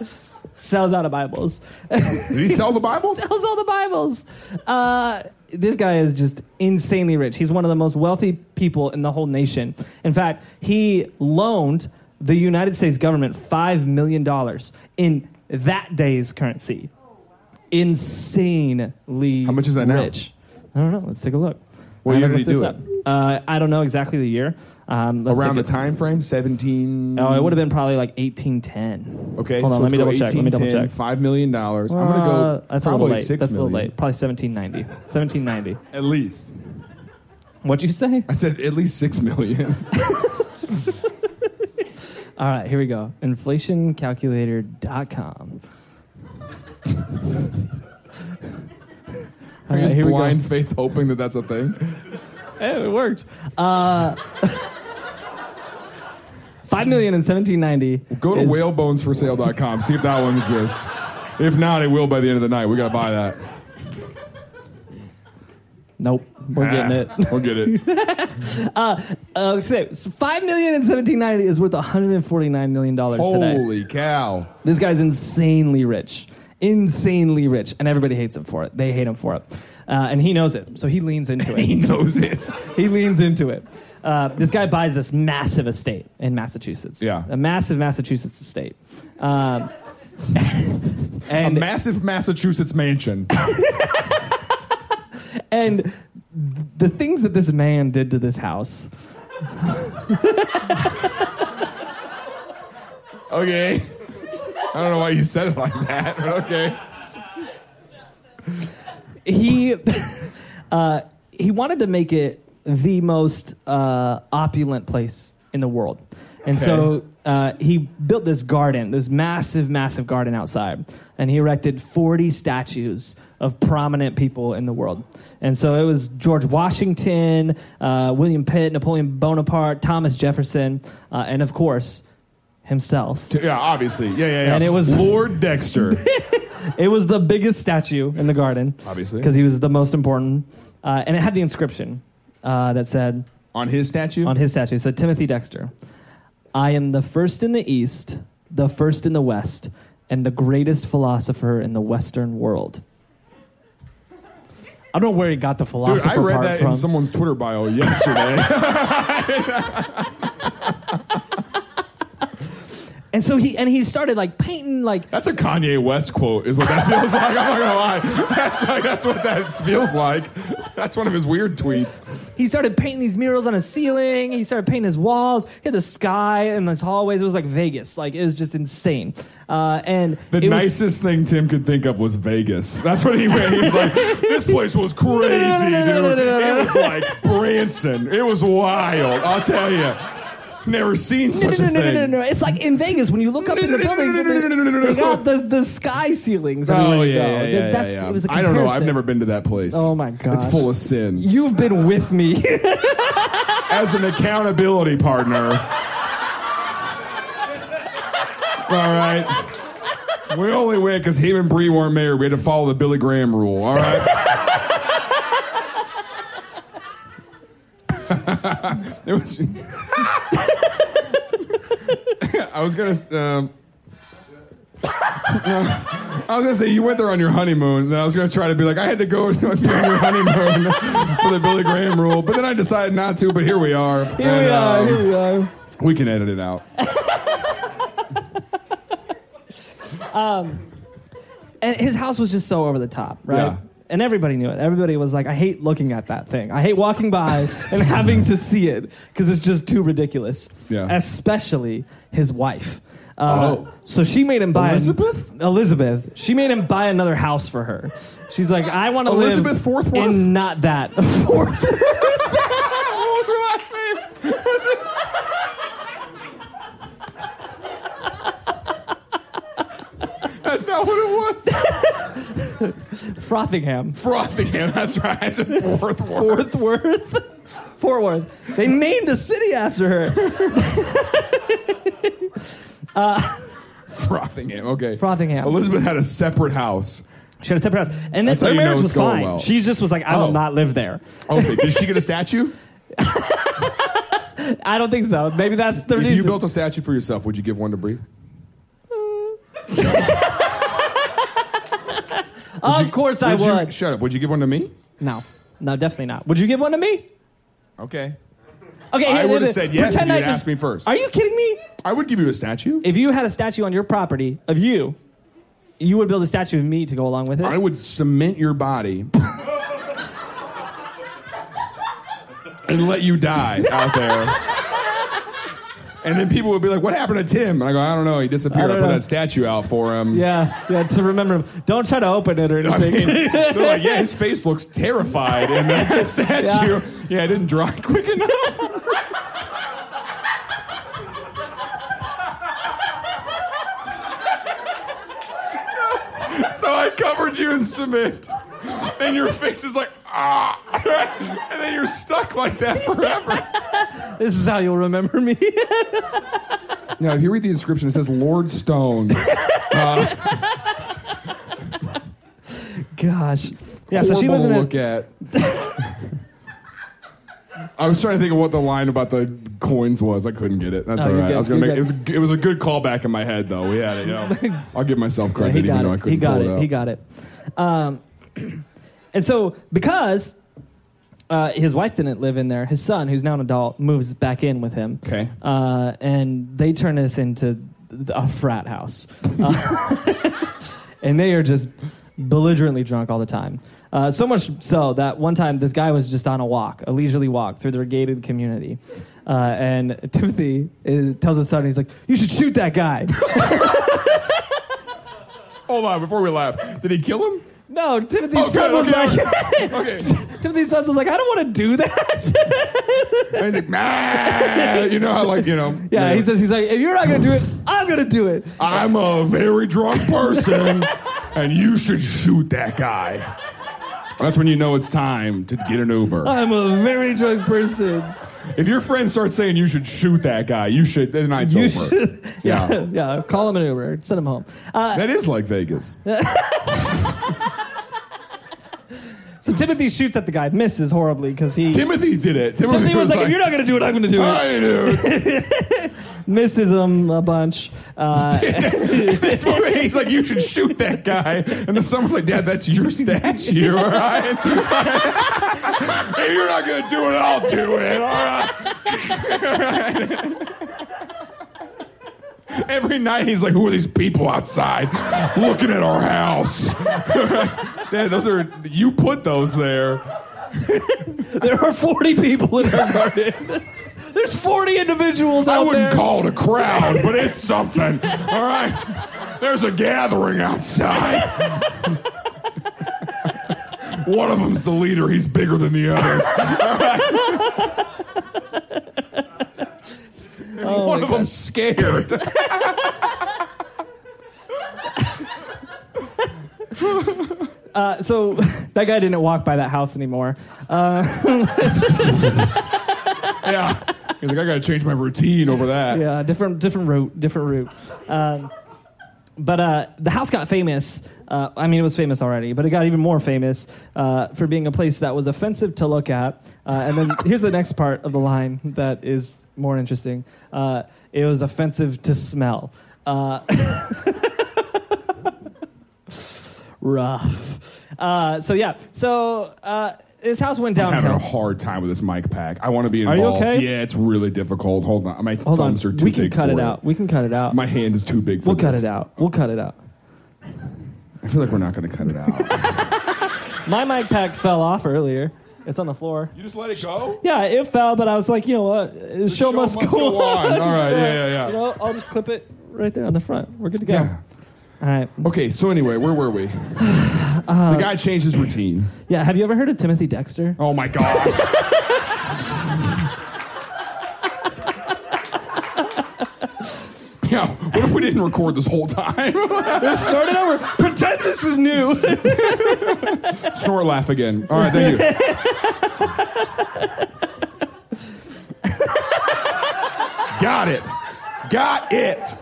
A: Sells out of Bibles.
B: Did he sell the Bibles?
A: Sells all the Bibles. Uh, this guy is just insanely rich. He's one of the most wealthy people in the whole nation. In fact, he loaned the United States government five million dollars in that day's currency. insanely
B: How much is that now?
A: rich. I don't know. Let's take a look.
B: What
A: I
B: year
A: haven't
B: did he
A: looked
B: do
A: this up. Uh, I don't know exactly the year. Um, let's
B: Around the
A: take a-
B: time frame, 17.
A: Oh, it would have been probably like 1810.
B: Okay,
A: Hold on.
B: so
A: let me double
B: let's
A: check. Let me double
B: 18,
A: check.
B: 5 million dollars. I'm going to go
A: Uh, that's a
B: probably
A: little late.
B: 6
A: that's a little
B: million.
A: late. Probably 1790. 1790.
B: At least.
A: What'd you say?
B: I said at least 6 million.
A: All right, here we go. Inflationcalculator.com. All
B: Here's
A: right, here
B: blind
A: we
B: faith hoping that that's a thing.
A: go. Hey, it worked. Uh, Five million in 1790.
B: Go to
A: is-
B: whalebonesforsale.com. See if that one exists. If not, it will by the end of the night. We got to buy that.
A: Nope, we're
B: Ah.
A: getting it.
B: We'll get it.
A: Uh, so so five million in 1790 is worth 149 million dollars today.
B: Holy cow.
A: This guy's insanely rich, insanely rich, and everybody hates him for it. They hate him for it, uh, and he knows it, so he leans into it.
B: He knows it.
A: he leans into it. Uh, this guy buys this massive estate in Massachusetts.
B: Yeah.
A: A massive Massachusetts estate. Um, and,
B: Massive Massachusetts mansion.
A: and the things that this man did to this house.
B: Okay. I don't know why you said it like that, but okay.
A: he uh, he wanted to make it the most uh, opulent place in the world, and so uh, he built this garden, this massive, massive garden outside, and he erected forty statues of prominent people in the world. And so it was George Washington, uh, William Pitt, Napoleon Bonaparte, Thomas Jefferson, uh, and of course himself.
B: Yeah, obviously. Yeah, yeah, yeah.
A: And it was-
B: Lord Dexter.
A: It was the biggest statue in the garden.
B: Obviously.
A: Because he was the most important. Uh, and it had the inscription uh, that said
B: on his statue?
A: on his statue, it said, Timothy Dexter, I am the first in the East, the first in the West, and the greatest philosopher in the Western world. I don't know where he got the
B: Dude,
A: philosopher
B: I read
A: part
B: that
A: from.
B: in someone's Twitter bio yesterday.
A: and so he and he started like painting like
B: That's a Kanye West quote, is what that feels like. I'm not gonna lie. That's like that's what that feels like. That's one of his weird tweets.
A: he started painting these murals on his ceiling. He started painting his walls. He had the sky and his hallways. It was like Vegas. Like it was just insane. Uh, and
B: The
A: it was-
B: nicest thing Tim could think of was Vegas. That's what he went. He was like, this place was crazy, dude. It was like Branson. It was wild. I'll tell you. Never seen
A: no,
B: such
A: no,
B: a
A: no, no, no, no,
B: thing.
A: no. It's like in Vegas when you look up in the
B: No, no, no,
A: buildings,
B: no,
A: and
B: no, no, no, no,
A: they,
B: no,
A: they
B: no.
A: got the, the sky ceilings.
B: Oh
A: everywhere you
B: yeah,
A: go.
B: yeah, yeah, yeah,
A: That's,
B: yeah.
A: It was a
B: I don't know. I've
A: comparison.
B: never been to that place.
A: Oh, my
B: it's
A: gosh.
B: full of sin.
A: You've been with me.
B: As an accountability partner. All right. We only went because him and Bree weren't married. We had to follow the Billy Graham rule. All right. it was. I was gonna. Um, I was gonna say you went there on your honeymoon, and I was gonna try to be like I had to go on your honeymoon for the Billy Graham rule, but then I decided not to. But here we are. um,
A: Here we are. Here we are.
B: We can edit it out.
A: and his house was just so over the top, right?
B: Yeah.
A: And everybody knew it. Everybody was like, I hate looking at that thing. I hate walking by and having to see it because it's just too ridiculous.
B: Yeah.
A: Especially his wife. Uh,
B: Oh.
A: So she made him buy
B: Elizabeth?
A: Elizabeth. She made him buy another house for her. She's like, I want to live
B: Elizabeth Forthworth?
A: in not that Forth.
B: what was her last name? That's not what it was.
A: Frothingham.
B: Frothingham. That's right. It's a fourth word.
A: Fort Worth. Fort Worth. They named a city after her.
B: Frothingham. Okay.
A: Frothingham.
B: Elizabeth had a separate house.
A: She had a separate house. And then
B: That's how
A: their
B: you know
A: marriage
B: it's
A: was
B: going
A: fine.
B: well.
A: She just was like, I
B: Oh.
A: will not live there.
B: Okay. Did she get a statue?
A: I don't think so. Maybe that's the
B: If
A: reason.
B: you built a statue for yourself, would you give one to Bree?
A: of course I
B: you-
A: would.
B: shut up. Would you give one to me?
A: no, no, definitely not. Would you give one to me? Okay,
B: Okay. I
A: here, here,
B: would've
A: here.
B: said yes
A: Pretend
B: if
A: I
B: you'd
A: just-
B: asked me first.
A: Are you kidding me?
B: I would give you a statue.
A: If you had a statue on your property of you, you would build a statue of me to go along with it.
B: I would cement your body and let you die out there. And then people would be like, "What happened to Tim?" And I go, "I don't know. He
A: I
B: disappeared. I,
A: don't
B: put
A: know."
B: that statue out for him."
A: yeah, yeah. To remember him. Don't try to open it or
B: I
A: anything.
B: mean, they're like, "Yeah, his face looks terrified." And the statue,
A: Yeah.
B: yeah. it didn't dry quick enough. so I covered you in cement, and your face is like ah, and then you're stuck like that forever.
A: this is how you'll remember me.
B: Now, if you read the inscription, it says Lord Stone.
A: Gosh. Yeah. So she lives
B: Horrible
A: in a,
B: to look at. I was trying to think of what the line about the coins was. I couldn't get it. That's
A: No,
B: all
A: you're
B: right.
A: good.
B: I was gonna
A: You're
B: make it was, a, it was a good callback in my head though. We had it. You know. I'll give myself
A: Yeah,
B: credit
A: he
B: even
A: got
B: though I
A: it.
B: couldn't
A: He got it.
B: pull it, out.
A: He got it. Um, and so because uh, his wife didn't live in there, his son, who's now an adult, moves back in with him.
B: Okay.
A: Uh, and they turn this into th- a frat house. Uh, and they are just belligerently drunk all the time. Uh, so much so that one time this guy was just on a walk, a leisurely walk through their gated community. Uh, and Timothy uh tells his son, he's like, You should shoot that guy.
B: Hold on, before we laugh, did he kill him?
A: No, Timothy's
B: Oh,
A: son
B: good,
A: was
B: okay,
A: like,
B: Okay.
A: Timothy's son was like, I don't want to do that.
B: and he's like, "Mah!" you know how like you know.
A: yeah, he says, he's like, if you're not gonna do it, I'm gonna do it.
B: I'm a very drunk person, and you should shoot that guy. That's when you know it's time to get an Uber.
A: I'm a very drunk person.
B: If your friend starts saying you should shoot that guy, you should. The night's
A: You
B: over.
A: should-
B: Yeah.
A: yeah, yeah. Call him an Uber. Send him home. Uh,
B: That is like Vegas.
A: so Timothy shoots at the guy, misses horribly because he.
B: Timothy did it. Timothy,
A: Timothy was like, "Ah." if you're not gonna do it, I'm gonna do it.
B: "Hi, dude."
A: Misses him a bunch. Uh,
B: That's what- He's like, you should shoot that guy. And then someone's like, Dad, that's your statue, all right? if you're not going to do it, I'll do it, all right? Every night he's like, who are these people outside looking at our house? Dad, those are, you put those there.
A: there are 40 people in our garden. There's 40 individuals
B: I
A: out
B: wouldn't
A: there.
B: call it a crowd, but it's something. All right. There's a gathering outside. One of them's the leader. He's bigger than the others. All right. And
A: Oh,
B: One of them's scared.
A: so that guy didn't walk by that house anymore.
B: Yeah. He's like, I got to change my routine over that.
A: Yeah, different different route, different route. Um, but uh, the house got famous. Uh, I mean, it was famous already, but it got even more famous uh, for being a place that was offensive to look at. Uh, and then here's the next part of the line that is more interesting. Uh, it was offensive to smell. Uh, rough. Uh, so yeah. So uh, his house went
B: I'm having a
A: downhill.
B: hard time with this mic pack. I want to be
A: you
B: involved.
A: okay?
B: Yeah, it's really difficult. Hold on. My
A: Hold on.
B: thumbs are too
A: We can
B: big
A: cut
B: for
A: it out. We can cut it out.
B: My hand is too big for
A: we'll cut
B: this.
A: it out. We'll cut it out.
B: I feel like we're not going to cut it out.
A: My mic pack fell off earlier. It's on the floor.
B: you just let it go?
A: Yeah, it fell, but I was like, you know what? The show, must, go, on.
B: All right, yeah, yeah,
A: You
B: yeah.
A: know, I'll just clip it right there on the front. We're good to go.
B: Yeah.
A: All right.
B: Okay, so anyway, where were we? the guy changed his routine.
A: Yeah. Have you ever heard of Timothy Dexter?
B: Oh my gosh. yeah, what if we didn't record this whole time?
A: Start it over. Pretend this is new.
B: Snort laugh again. All right, thank you. Got it. Got it.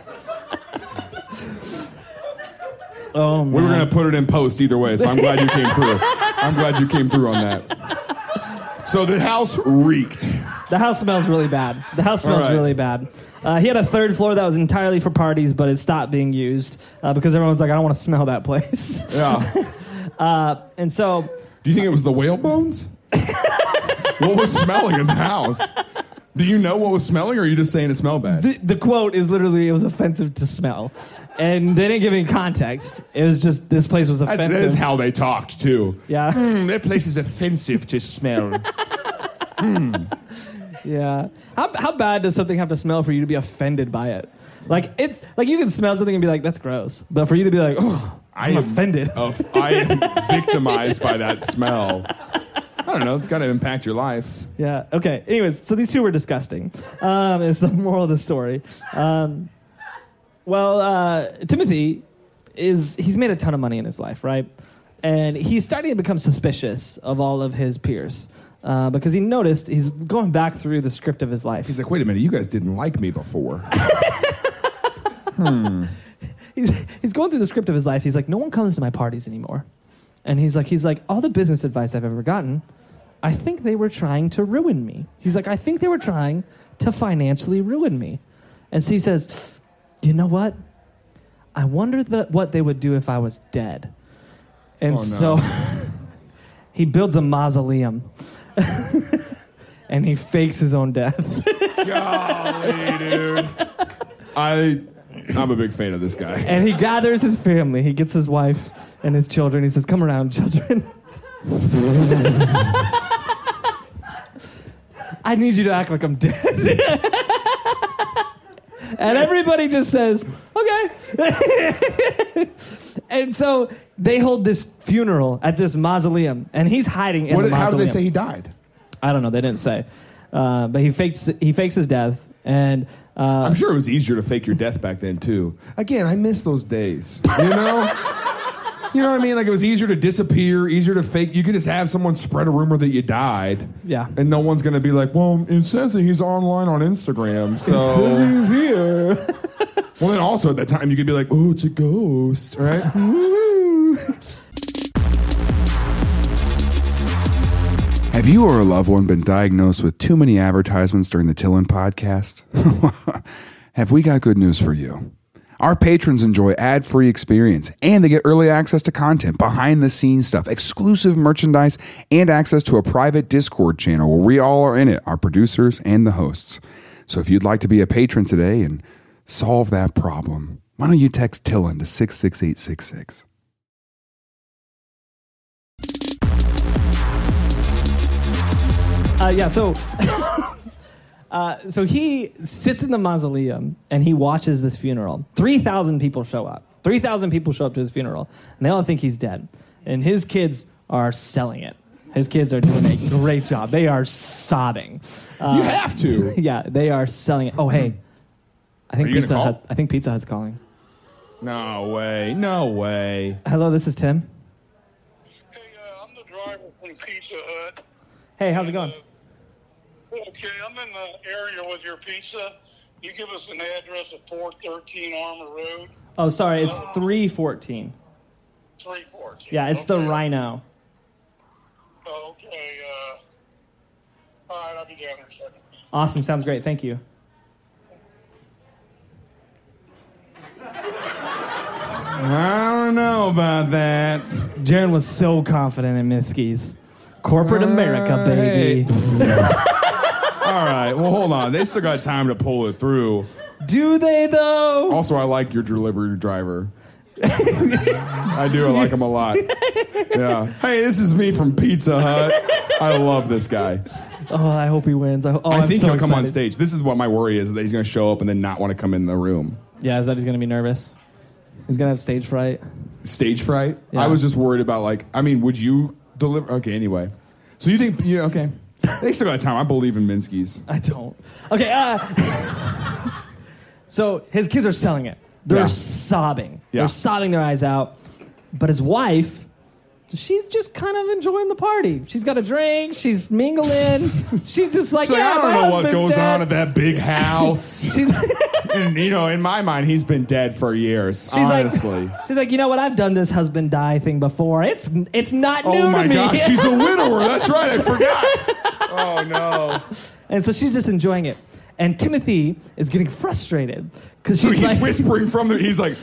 A: oh man.
B: We were going to put it in post either way, so I'm glad you came through. I'm glad you came through on that. So the house reeked.
A: The house smells really bad. The house smells
B: All right.
A: really bad. Uh, he had a third floor that was entirely for parties, but it stopped being used uh, because everyone's like, I don't want to smell that place.
B: Yeah.
A: and so
B: Do you think it was the whale bones? what was smelling in the house? Do you know what was smelling, or are you just saying it smelled bad?
A: the, the quote is literally, it was offensive to smell. and they didn't give any context. It was just this place was
B: That- that is
A: offensive.
B: how they talked too.
A: yeah,
B: Mm, that place is offensive to smell.
A: yeah. How how bad does something have to smell for you to be offended by it? Like it, like you can smell something and be like, "That's gross," but for you to be like, "Oh,
B: I
A: I'm offended."
B: Of, I am victimized by that smell. I don't know. It's got to impact your life.
A: Yeah. Okay. Anyways, so these two were disgusting. Um, is the moral of the story? Um, well, uh, Timothy is he's made a ton of money in his life, right? And he's starting to become suspicious of all of his peers uh, because he noticed he's going back through the script of his life.
B: He's like, wait a minute. You guys didn't like me before.
A: he's, he's going through the script of his life. He's like, no one comes to my parties anymore. And he's like, he's like, all the business advice I've ever gotten, I think they were trying to ruin me. He's like, I think they were trying to financially ruin me. And so he says, you know what? I wonder the, what they would do if I was dead. And
B: Oh, no.
A: so he builds a mausoleum and he fakes his own death.
B: Golly, dude. I, I'm a big fan of this guy.
A: And he gathers his family. He gets his wife and his children. He says, Come around, children. I need you to act like I'm dead. and everybody just says, Okay. and so they hold this funeral at this mausoleum, and he's hiding in
B: What,
A: the
B: how did
A: mausoleum.
B: they say he died?
A: I don't know. They didn't say. Uh, but he fakes, he fakes his death. And uh,
B: I'm sure it was easier to fake your death back then too. Again, I miss those days. You know. You know what I mean? Like it was easier to disappear, easier to fake. You could just have someone spread a rumor that you died.
A: Yeah.
B: And no one's going to be like, well, it says that he's online on Instagram. So,
A: he's here.
B: well, then also at that time, you could be like, oh, it's a ghost, right? Have you or a loved one been diagnosed with too many advertisements during the Tillin podcast? Have we got good news for you? Our patrons enjoy ad free experience and they get early access to content, behind the scenes stuff, exclusive merchandise, and access to a private Discord channel where we all are in it, our producers and the hosts. So if you'd like to be a patron today and solve that problem, why don't you text Tillin to 66866?
A: Uh, yeah, so uh, so he sits in the mausoleum and he watches this funeral. 3,000 people show up. 3,000 people show up to his funeral, and they all think he's dead. And his kids are selling it. His kids are doing a great job. They are sobbing.
B: You have to.
A: Yeah, they are selling it. Oh, hey. I think
B: Are you gonna
A: Pizza
B: call?
A: Hut, I think Pizza Hut's calling.
B: No way. No way.
A: Hello, this is Tim.
E: Hey, uh, I'm the driver from Pizza Hut. Uh,
A: Hey, how's it going?
E: Okay, I'm in the area with your pizza. You give us an address of 413 Armor Road,
A: Oh, sorry, it's 314.
E: 314.
A: Yeah, it's the
E: Okay.
A: Rhino.
E: Okay, uh, all right, I'll be down in a second.
A: Awesome, sounds great. Thank you.
B: I don't know about that.
A: Jaron was so confident in Miskies. Corporate America, baby.
B: All right. Well, hold on. They still got time to pull it through.
A: Do they though?
B: Also, I like your delivery driver. I do. I like him a lot. Yeah. Hey, this is me from Pizza Hut. I love this guy.
A: Oh, I hope he wins. I, ho- oh,
B: I
A: I'm
B: think
A: so
B: he'll come on
A: excited.
B: stage. This is what my worry is that he's going to show up and then not want to come in the room.
A: Yeah, is that he's gonna be nervous? He's gonna have stage fright.
B: Stage fright.
A: Yeah.
B: I was just worried about like. I mean, would you deliver? Okay. Anyway. So you think? Yeah. Okay. They still got time. I believe in Minsky's.
A: I don't. Okay. Uh, so his kids are selling it. They're
B: Yeah.
A: sobbing.
B: Yeah.
A: They're sobbing their eyes out. But his wife, she's just kind of enjoying the party. She's got a drink. She's mingling. she's just like,
B: She's like,
A: yeah, my
B: I don't know what
A: husband's
B: goes
A: dead."
B: on at that big house.
A: She's.
B: and, you know, in my mind, he's been dead for years.
A: She's
B: honestly.
A: like, she's like, you know what? I've done this husband die thing before. It's it's not new
B: oh my
A: to me.
B: gosh, she's a widower. That's right, I forgot. oh no.
A: and so she's just enjoying it. And Timothy is getting frustrated because
B: So
A: she's
B: he's
A: like,
B: whispering from the. He's like,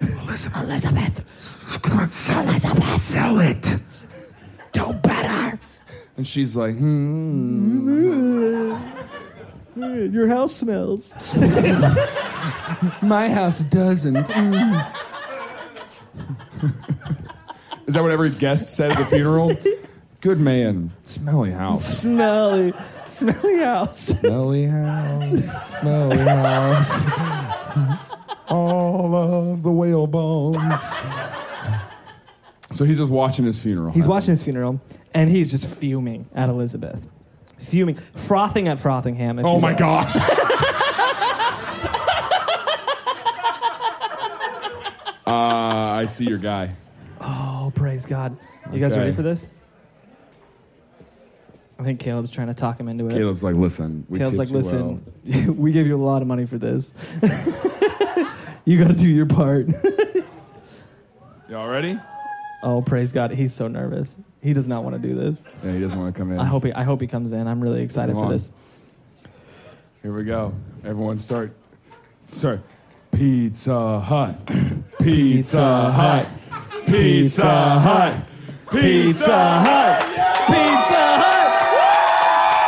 A: Elizabeth,
B: sell it, sell it. Do better. And she's like, hmm.
A: your house smells.
B: My house doesn't. Mm.
F: Is that what every guest said at the funeral? Good man, smelly house,
A: Smelly, smelly house.
F: smelly house, smelly house. All of the whale bones. So he's just watching his funeral.
A: He's watching his funeral, and he's just fuming at Elizabeth, fuming, frothing at Frothingham. if
F: Oh
A: you
F: my
A: will.
F: gosh. uh, I see your guy.
A: Oh, praise God! You guys
F: Okay.
A: ready for this? I think Caleb's trying to talk him into it.
F: Caleb's like, listen. We
A: Caleb's
F: did
A: like,
F: you well."
A: listen, we gave you a lot of money for this. you got to do your part.
F: Y'all ready?
A: oh, praise God! He's so nervous. He does not want to do this.
F: Yeah, he doesn't want to come in.
A: I hope he, I hope he comes in. I'm really excited
F: Come
A: for
F: on.
A: this.
F: Here we go. Everyone start. Start. Pizza Hut. Pizza Hut. Pizza Hut. Pizza Hut.
A: Pizza Hut.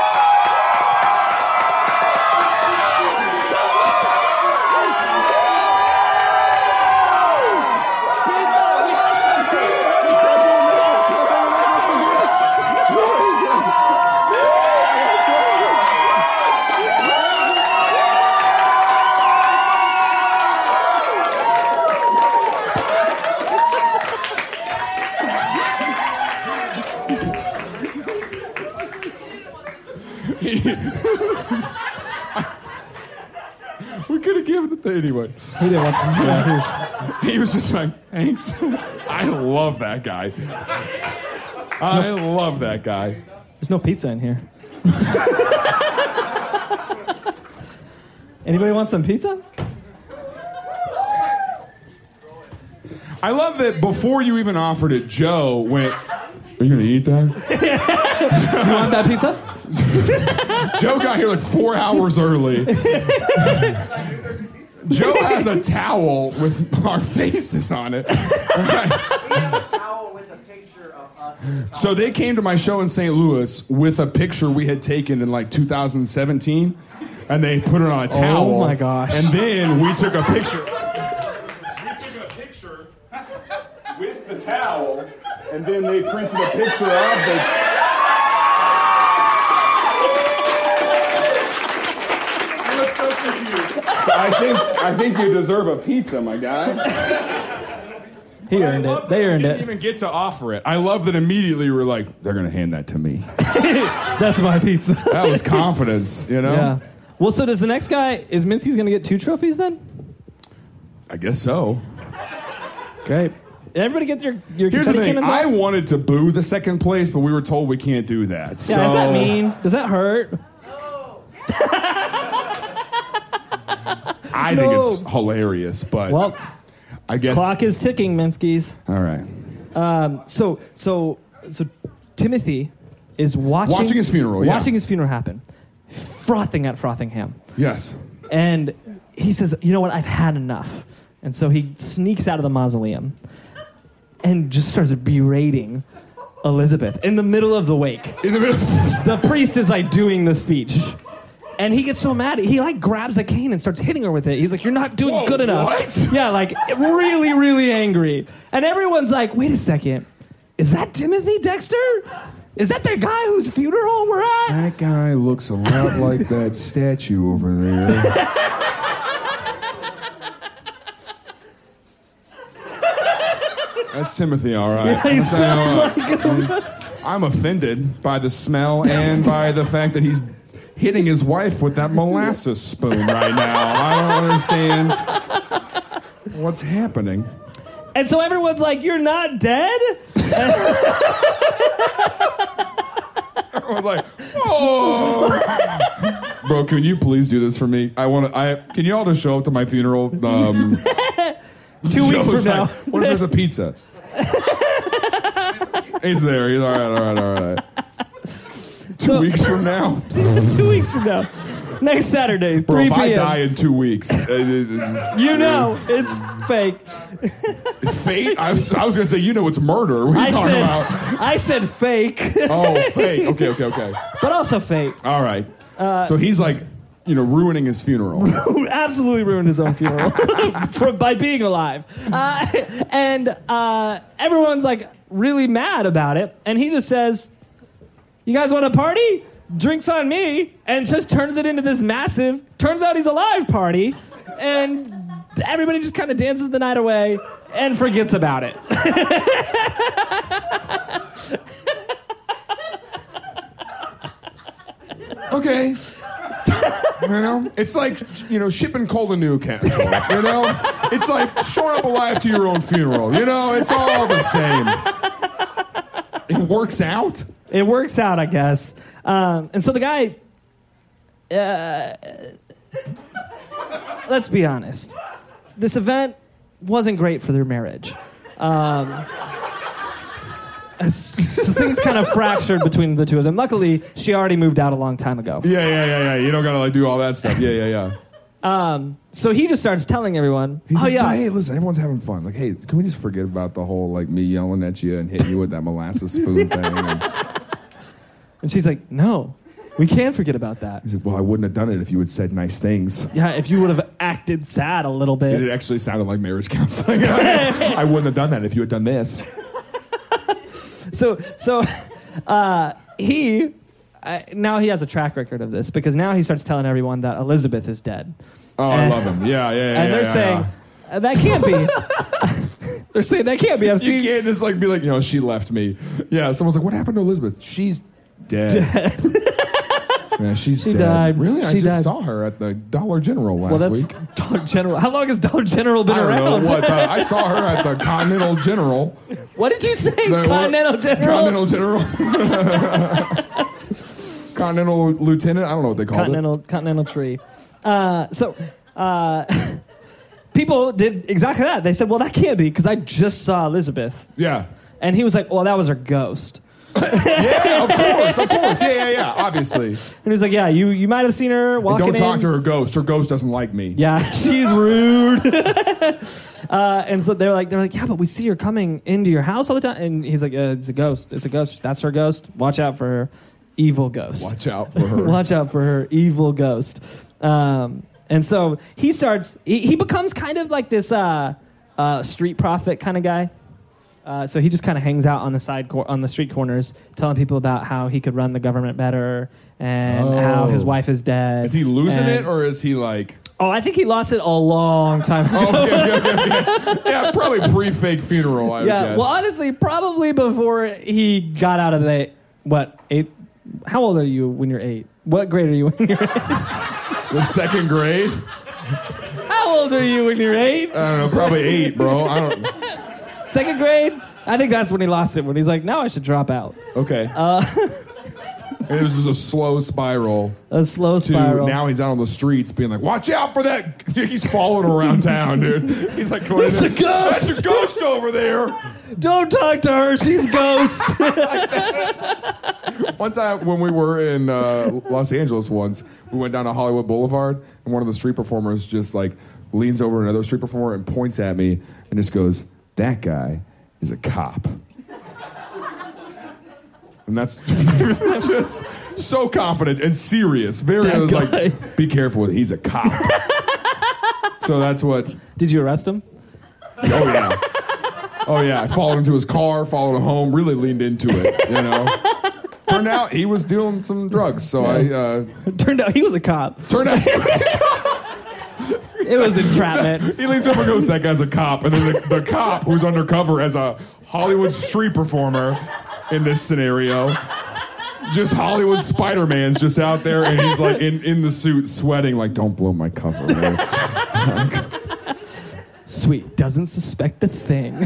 F: We could have given it to anyway.
A: He didn't want.
F: He was just like, thanks. I love that guy. I love that guy.
A: There's no pizza in here. Anybody want some pizza?
F: I love that before you even offered it, Joe went, Are you going to eat that?
A: You want that pizza?
F: Joe got here like four hours early. Joe has a towel with our faces on it.
G: towel with a picture of us.
F: So they came to my show in St. Louis with a picture we had taken in like 2017, and they put it on a towel.
A: Oh my gosh.
F: And then we took a picture. We took a picture with the towel, and then they printed a picture of the. You look so confused. So I think I think you deserve a pizza, my guy.
A: He earned
F: I love
A: it.
F: that
A: They earned
F: didn't
A: it.
F: even get to offer it. I love that immediately we were like, they're gonna hand that to me.
A: That's my pizza.
F: That was confidence, you know?
A: yeah. Well, so does the next guy? Is Minsky's going to get two trophies then?
F: I guess so.
A: Great. Everybody get your your
F: Here's the
A: confetti
F: thing.
A: cannons
F: I
A: out?
F: wanted to boo the second place, but we were told we can't do that.
A: Yeah,
F: so
A: does that mean? Does that hurt?
F: I think it's hilarious, but
A: Well,
F: I guess
A: clock is ticking, Minsky's.
F: all right.
A: So so so Timothy is watching
F: Watching his funeral, yeah.
A: Watching his funeral happen. Frothing at Frothingham.
F: Yes.
A: And he says, "You know what? I've had enough." And so he sneaks out of the mausoleum and just starts berating Elizabeth in the middle of the wake.
F: In the middle
A: The priest is like doing the speech. And he gets so mad, he like grabs a cane and starts hitting her with it. He's like, "You're not doing
F: Whoa,
A: good enough."
F: what?
A: Yeah, like really, really angry. And everyone's like, "Wait a second, is that Timothy Dexter? Is that the guy whose funeral we're at?"
F: That guy looks a lot like that statue over there. That's Timothy, all right.
A: He
F: I'm saying, all
A: smells
F: right. I'm offended by the smell and by the fact that he's hitting his wife with that molasses spoon right now. I don't understand what's happening.
A: And so everyone's like, "You're not dead."
F: I was like, oh. Bro, can you please do this for me? I want to. I can you all just show up to my funeral? Um,
A: Two weeks
F: Joe's
A: from now.
F: like, What if there's a pizza? He's there. He's all right. All right. All right. Two
A: So-
F: weeks from now,
A: two weeks from now. Next Saturday,
F: bro.
A: 3
F: If
A: p.m.
F: I die in two weeks, uh,
A: you know it's fake.
F: uh, fate. I was, I was gonna say, you know, it's murder. What are you
A: I
F: talking
A: said,
F: about?
A: I said fake,
F: Oh, fate. Okay. Okay. Okay.
A: but also fake. Uh,
F: All right. so he's like, you know, ruining his funeral.
A: who absolutely ruined his own funeral for, by being alive. Uh, and uh, everyone's like really mad about it. And he just says, You guys want a party? Drinks on me. And just turns it into this massive, turns out he's alive party. And everybody just kind of dances the night away and forgets about it.
F: okay. you know, it's like you know shipping coal to Newcastle. You know, it's like showing up alive to your own funeral. You know, it's all the same. It works out.
A: it works out, I guess. Um, and so the guy, uh, let's be honest, this event wasn't great for their marriage. Um, as- things kind of fractured between the two of them. Luckily, she already moved out a long time ago.
F: Yeah, yeah, yeah, yeah. You don't gotta like do all that stuff. Yeah, yeah, yeah.
A: So he just starts telling everyone,
F: He's
A: "Oh
F: like,
A: yeah,
F: hey, listen, everyone's having fun. Like, hey, can we just forget about the whole like me yelling at you and hitting you with that molasses spoon thing? And
A: and she's like, "No, we can't forget about that.
F: he's like, well, I wouldn't have done it if you had said nice things.
A: Yeah, if you would have acted sad a little bit,
F: It actually sounded like marriage counseling. I wouldn't have done that if you had done this.
A: so so uh, he uh, now he has a track record of this because now he starts telling everyone that Elizabeth is dead,
F: Oh, I love him. Yeah, yeah, yeah.
A: and they're
F: yeah,
A: saying
F: yeah.
A: "Uh, that can't be. they're saying that can't be. I've
F: You
A: seen
F: can't just like be like, you know, she left me. Yeah, someone's like, what happened to Elizabeth? She's dead. yeah, she's
A: She
F: dead.
A: died.
F: Really? I
A: She
F: just
A: died.
F: saw her at the Dollar General last
A: well, that's
F: week.
A: Dollar General. How long has Dollar General been
F: I don't know
A: around?
F: what. the- I saw her at the Continental General.
A: What did you say,
F: The-
A: Continental General?
F: Continental General. Continental Lieutenant. I don't know what they call it.
A: Continental Continental Tree. Uh, so uh, people did exactly that. They said, "Well, that can't be because I just saw Elizabeth,"
F: Yeah.
A: and he was like, "Well, that was her ghost."
F: Yeah, of course, of course. Yeah, yeah, yeah. Obviously.
A: And he's like, "Yeah, you you might have seen her walking."
F: Don't talk
A: in.
F: to her ghost. Her ghost doesn't like me.
A: Yeah, she's rude. uh, and so they're like, they're like, yeah, but we see her coming into your house all the time. And he's like, uh, it's a ghost. It's a ghost. That's her ghost. Watch out for her evil ghost.
F: Watch out for her.
A: Watch out for her evil ghost. Um, and so he starts. He, he becomes kind of like this uh, uh, street prophet kind of guy. Uh, so he just kind of hangs out on the side cor- on the street corners, telling people about how he could run the government better and how
F: Oh.
A: his wife is dead.
F: Is he losing
A: and-
F: it or is he like?
A: Oh, I think he lost it a long time ago.
F: Oh, Okay, okay, okay. Yeah, probably pre-fake funeral. I would
A: yeah.
F: guess.
A: Well, honestly, probably before he got out of the what eight? How old are you when you're eight? What grade are you when you're?
F: the second grade.
A: How old are you when you're eight?
F: I don't know. Probably eight, bro. I don't.
A: Second grade. I think that's when he lost it. When he's like, now I should drop out.
F: Okay.
A: Uh,
F: it was just a slow spiral
A: A slow
F: to
A: spiral.
F: now he's out on the streets being like, "Watch out for that!" He's following around town, dude. He's like, going in
A: a
F: there,
A: ghost!
F: That's a ghost over there."
A: Don't talk to her. She's ghost.
F: One time when we were in uh, Los Angeles once, we went down to Hollywood Boulevard, and one of the street performers just like leans over another street performer and points at me and just goes, "That guy is a cop." And that's just so confident and serious. Very I was
A: guy.
F: like, "Be careful, with he's a cop." so that's what.
A: Did you arrest him?
F: Oh yeah. Oh yeah, I followed him to his car, followed him home, really leaned into it, you know. Turned out he was doing some drugs, so I uh,
A: Turned out he was a cop.
F: turned out
A: It was entrapment.
F: he leans over and goes, "That guy's a cop," and then the, the cop who's undercover as a Hollywood street performer in this scenario. Just Hollywood Spider Man's just out there, and he's like in, in the suit, sweating, like, "Don't blow my cover." man."
A: Sweet. Doesn't suspect a thing.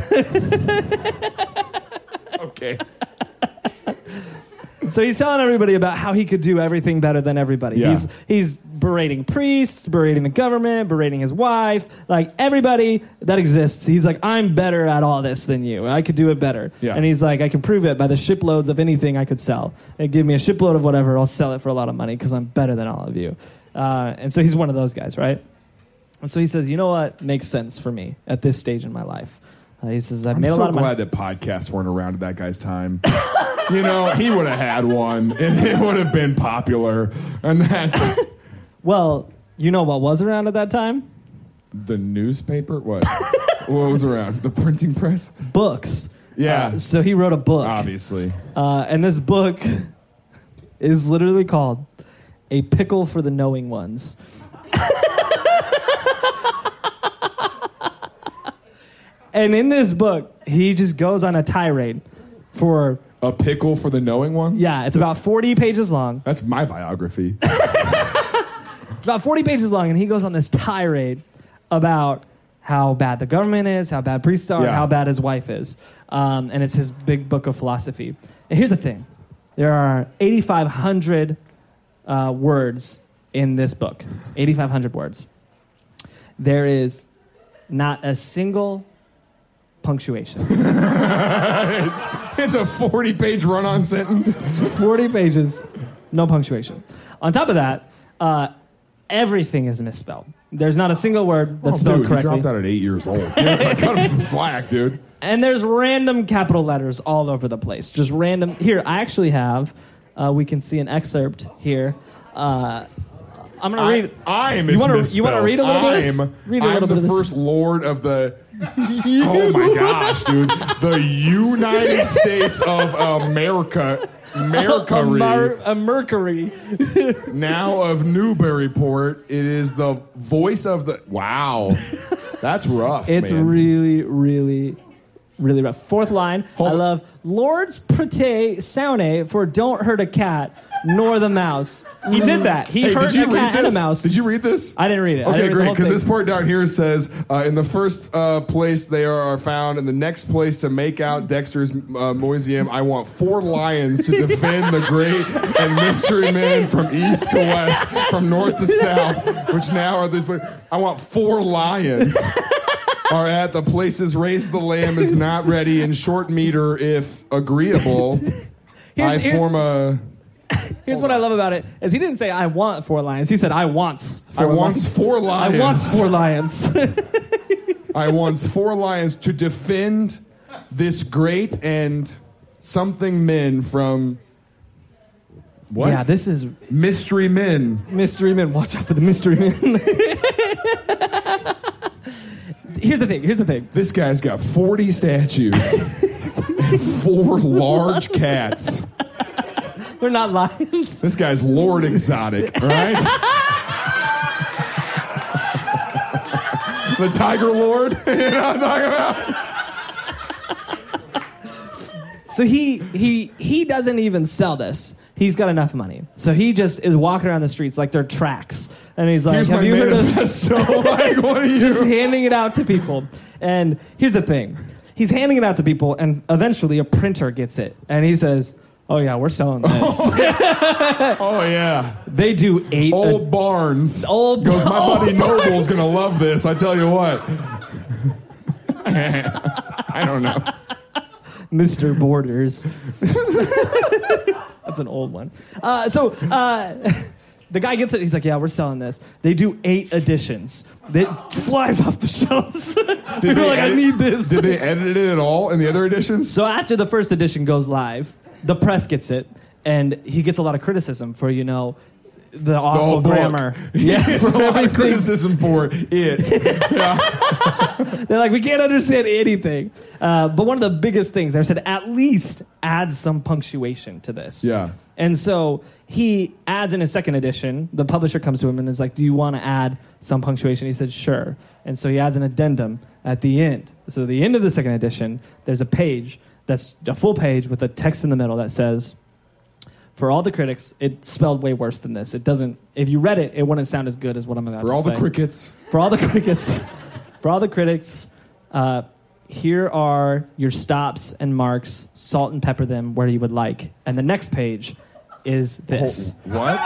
F: okay.
A: So he's telling everybody about how he could do everything better than everybody.
F: Yeah.
A: He's he's berating priests, berating the government, berating his wife, like everybody that exists. He's like, I'm better at all this than you. I could do it better.
F: Yeah.
A: And he's like, I can prove it by the shiploads of anything I could sell. And give me a shipload of whatever, I'll sell it for a lot of money because I'm better than all of you. Uh, and so he's one of those guys, right? And so he says, you know what makes sense for me at this stage in my life. Uh, he says, I've
F: I'm
A: made a
F: so
A: lot of money.
F: glad that podcasts weren't around at that guy's time. you know, he would have had one, and it would have been popular. And that's
A: Well, you know what was around at that time?
F: The newspaper? What? what was around? The printing press?
A: Books.
F: Yeah.
A: Uh, so he wrote a book.
F: Obviously.
A: Uh, and this book is literally called A Pickle for the Knowing Ones. and in this book, he just goes on a tirade for,
F: A pickle for the knowing ones?
A: yeah, it's about 40 pages long.
F: That's my biography.
A: It's about 40 pages long, and he goes on this tirade about how bad the government is, how bad priests are,
F: Yeah.
A: how bad his wife is. Um, and it's his big book of philosophy. And here's the thing there are 8,500 uh, words in this book, 8,500 words. There is not a single punctuation.
F: it's a 40 page run on sentence.
A: 40 pages, no punctuation. On top of that, uh, everything is misspelled. There's not a single word that's
F: oh,
A: spelled
F: dude,
A: correctly.
F: He dropped out at eight years old. Yeah, cut him some slack, dude.
A: and there's random capital letters all over the place. Just random. Here, I actually have. Uh, we can see an excerpt here. Uh, I'm gonna
F: I,
A: read.
F: I am.
A: You wanna- you wanna read a little bit of this?
F: I'm,
A: Read a little
F: I'm
A: bit of
F: the
A: this.
F: first lord of the. oh my gosh, dude! The United States of America,
A: a,
F: America.
A: mer- a Mercury.
F: now of Newburyport, it is the voice of the. Wow, that's rough.
A: It's
F: man.
A: really, really, really rough. Fourth line. I
F: on.
A: love Lords Prete Saune for don't hurt a cat nor the mouse. He did that. He
F: Hey,
A: hurt
F: did you
A: a
F: read
A: cat
F: this?
A: and a mouse.
F: Did you read this?
A: I didn't read it. I
F: Okay,
A: didn't read the
F: great.
A: whole
F: Because
A: thing.
F: this part down here says, uh, in the first uh, place they are found, in the next place to make out Dexter's uh, museum, I want four lions to defend the great and mystery men from east to west, from north to south, which now are this. I want four lions. Are at the places raised the lamb is not ready in short meter if agreeable. I
A: here's-
F: form a
A: Here's what I love about it is he didn't say I want four lions. He said I wants.
F: I
A: Four
F: wants
A: lions."
F: four lions.
A: I wants four lions.
F: I wants four lions to defend this great and something men from what?
A: Yeah, this is
F: mystery men.
A: mystery men. Watch out for the mystery men. here's the thing. Here's the thing.
F: This guy's got forty statues, and four large cats.
A: They're not lions.
F: This guy's Lord Exotic, all right? the Tiger Lord. you know what I'm talking about?
A: So he he he doesn't even sell this. He's got enough money, so he just is walking around the streets like they're tracks, and he's like,
F: Here's
A: "Have
F: my
A: you heard of?"
F: manifesto. like, what are you?
A: Just handing it out to people. And here's the thing: he's handing it out to people, and eventually a printer gets it, and he says, "Oh yeah, we're selling this."
F: oh yeah.
A: they do eight. Oh, a-
F: Old Barnes.
A: Old
F: goes. My
A: Barnes."
F: buddy Noble's gonna love this. I tell you what. I don't know.
A: Mr. Borders. That's an old one. Uh, so uh, the guy gets it. He's like, "Yeah, we're selling this." They do eight editions. It flies off the shelves. People are like, "I
F: edit-
A: need this."
F: Did they edit it at all in the other editions?
A: so after the first edition goes live, the press gets it, and he gets a lot of criticism for you know the awful
F: whole book.
A: grammar.
F: Yeah, it's a
A: for
F: lot of
A: everything.
F: criticism for it.
A: They're like, we can't understand anything. Uh, but one of the biggest things, they said, at least add some punctuation to this.
F: Yeah.
A: And so he adds in his second edition, the publisher comes to him and is like, do you want to add some punctuation? He said, sure. And so he adds an addendum at the end. So at the end of the second edition, there's a page that's a full page with a text in the middle that says, for all the critics, it spelled way worse than this. It doesn't, if you read it, it wouldn't sound as good as what I'm about
F: For
A: to
F: all
A: say
F: the crickets.
A: for all the crickets, for all the critics, uh, here are your stops and marks. Salt and pepper them where you would like. And the next page is this.
F: What?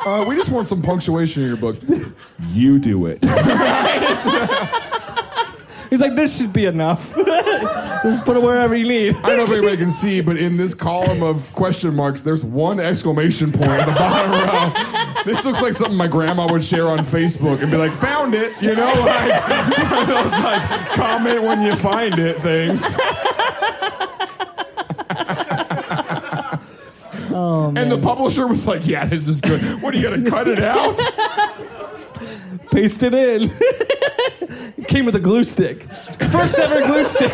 F: Uh, we just want some punctuation in your book. You do it.
A: He's like, this should be enough. Just put it wherever you need.
F: I don't know if anybody can see, but in this column of question marks, there's one exclamation point at the bottom row. This looks like something my grandma would share on Facebook and be like, "Found it," you know, like one of those like comment when you find it things. and the publisher was like, "Yeah, this is good. What are you gonna cut it out?"
A: Paste it in. Came with a glue stick. First ever glue stick.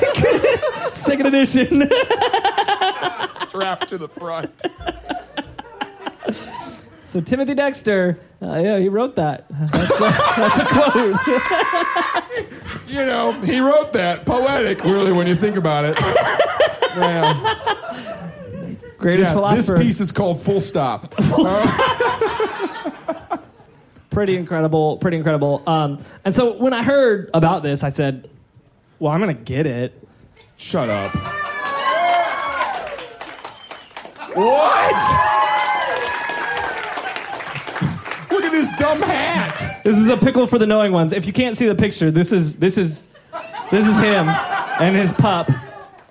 A: Second edition.
F: Strapped to the front.
A: So Timothy Dexter, uh, yeah, he wrote that. That's a, that's a quote.
F: You know, he wrote that poetic, really, when you think about it. Yeah.
A: Greatest
F: Yeah, this
A: philosopher.
F: piece is called Full Stop.
A: pretty incredible. Pretty incredible. Um, and so when I heard about this, I said, "Well, I'm gonna get it."
F: Shut up. What? Look at his dumb hat.
A: This is a pickle for the knowing ones. If you can't see the picture, this is this is this is him and his pup.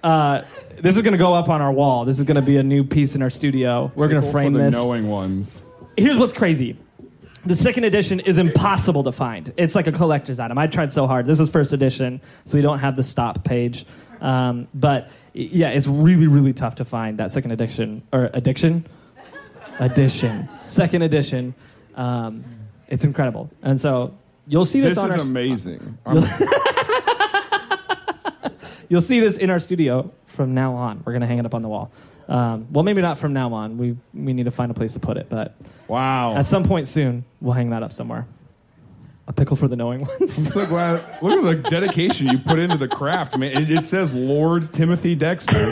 A: Uh, this is gonna go up on our wall. This is gonna be a new piece in our studio. We're gonna frame
F: for the
A: this.
F: knowing ones.
A: here's what's crazy the second edition is impossible to find it's like a collector's item i tried so hard this is first edition so we don't have the stop page um, but y- yeah it's really really tough to find that second edition or addiction edition second edition um, it's incredible and so you'll see this,
F: This
A: on our
F: is amazing. I'm-
A: you'll see this in our studio from now on we're going to hang it up on the wall um, well maybe not from now on we, we need to find a place to put it but
F: wow.
A: At some point soon, we'll hang that up somewhere. A pickle for the knowing ones.
F: I'm so glad. Look at the dedication you put into the craft, man. It, it says Lord Timothy Dexter.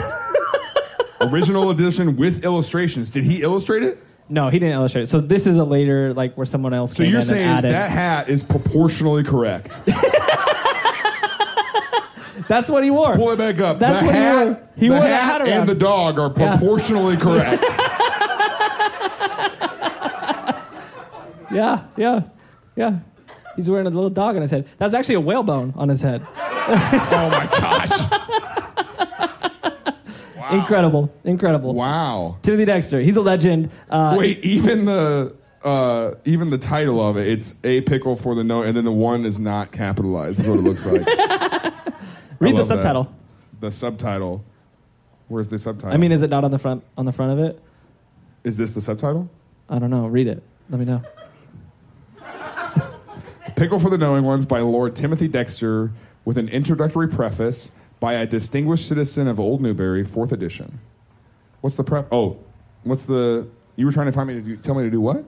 F: Original edition with illustrations. Did he illustrate it?
A: no, he didn't illustrate it. So this is a later, like where someone else.
F: So
A: came
F: you're
A: in
F: saying
A: and added.
F: that hat is proportionally correct.
A: that's what he wore.
F: Pull it back up.
A: That's
F: the
A: what he
F: hat,
A: wore. He
F: the
A: wore the
F: hat,
A: hat around.
F: and the dog are proportionally correct.
A: Yeah, yeah, yeah. He's wearing a little dog on his head. That's actually a whalebone on his head.
F: oh my gosh!
A: Incredible, incredible.
F: Wow.
A: Timothy Dexter, he's a legend. Uh,
F: Wait, even the uh, even the title of it, it's a pickle for the no, and then the one is not capitalized. Is what it looks
A: read
F: like.
A: the
F: love that.
A: subtitle.
F: the subtitle. Where's the subtitle?
A: I mean, is it not on the front on the front of it?
F: is this the subtitle?
A: I don't know. Read it. Let me know.
F: Pickle for the Knowing Ones by Lord Timothy Dexter, with an introductory preface by a distinguished citizen of Old Newbury, fourth edition. What's the prep? Oh, what's the? You were trying to find me to do, tell me to do what?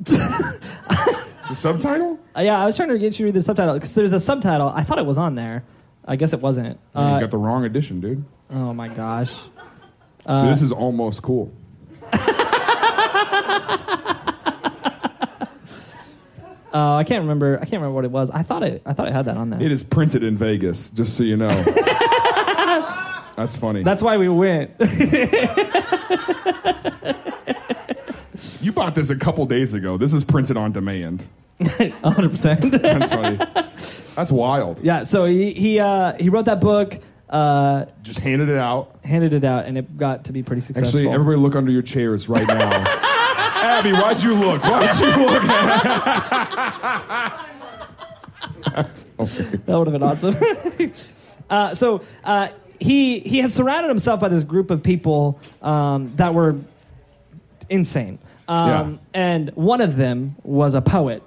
F: the subtitle?
A: Uh, yeah, I was trying to get you to read the subtitle because there's a subtitle. I thought it was on there. I guess it wasn't.
F: you
A: Uh,
F: got the wrong edition, dude.
A: oh my gosh. Uh.
F: this is almost cool.
A: Oh, I can't remember. I can't remember what it was. I thought it. I thought it had that on there.
F: It is printed in Vegas, just so you know. That's funny.
A: That's why we went.
F: you bought this a couple days ago. This is printed on demand.
A: 100. percent
F: That's funny. That's wild.
A: Yeah. So he he uh, he wrote that book, uh,
F: Just handed it out.
A: handed it out, and it got to be pretty successful.
F: Actually, everybody look under your chairs right now. Abby, why'd you look? Why'd you look? That's hilarious.
A: that would have been awesome. uh, so uh, he he had surrounded himself by this group of people um, that were insane, um, and one of them was a poet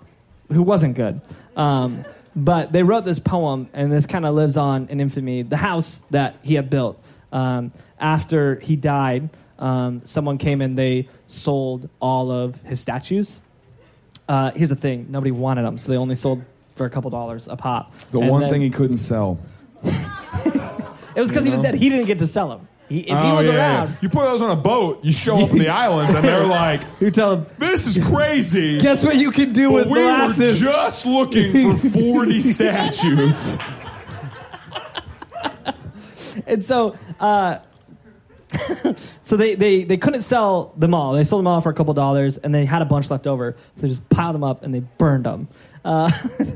A: who wasn't good. Um, but they wrote this poem, and this kind of lives on in infamy. The house that he had built um, after he died, um, someone came and they sold all of his statues. Uh, here's the thing: nobody wanted them, so they only sold for a couple dollars a pop.
F: The
A: And
F: one
A: then-
F: thing he couldn't sell.
A: it was because he was
F: know?
A: dead. He didn't get to sell them. He, if he was around,
F: Oh, You put those on a boat, you show up in the islands, and they're like,
A: you tell him.
F: this is crazy.
A: Guess what you can do
F: but
A: with
F: we
A: glasses?
F: were just looking for 40 statues.
A: and so uh, so they, they, they couldn't sell them all. They sold them all for a couple dollars, and they had a bunch left over. So they just piled them up and they burned them. Uh,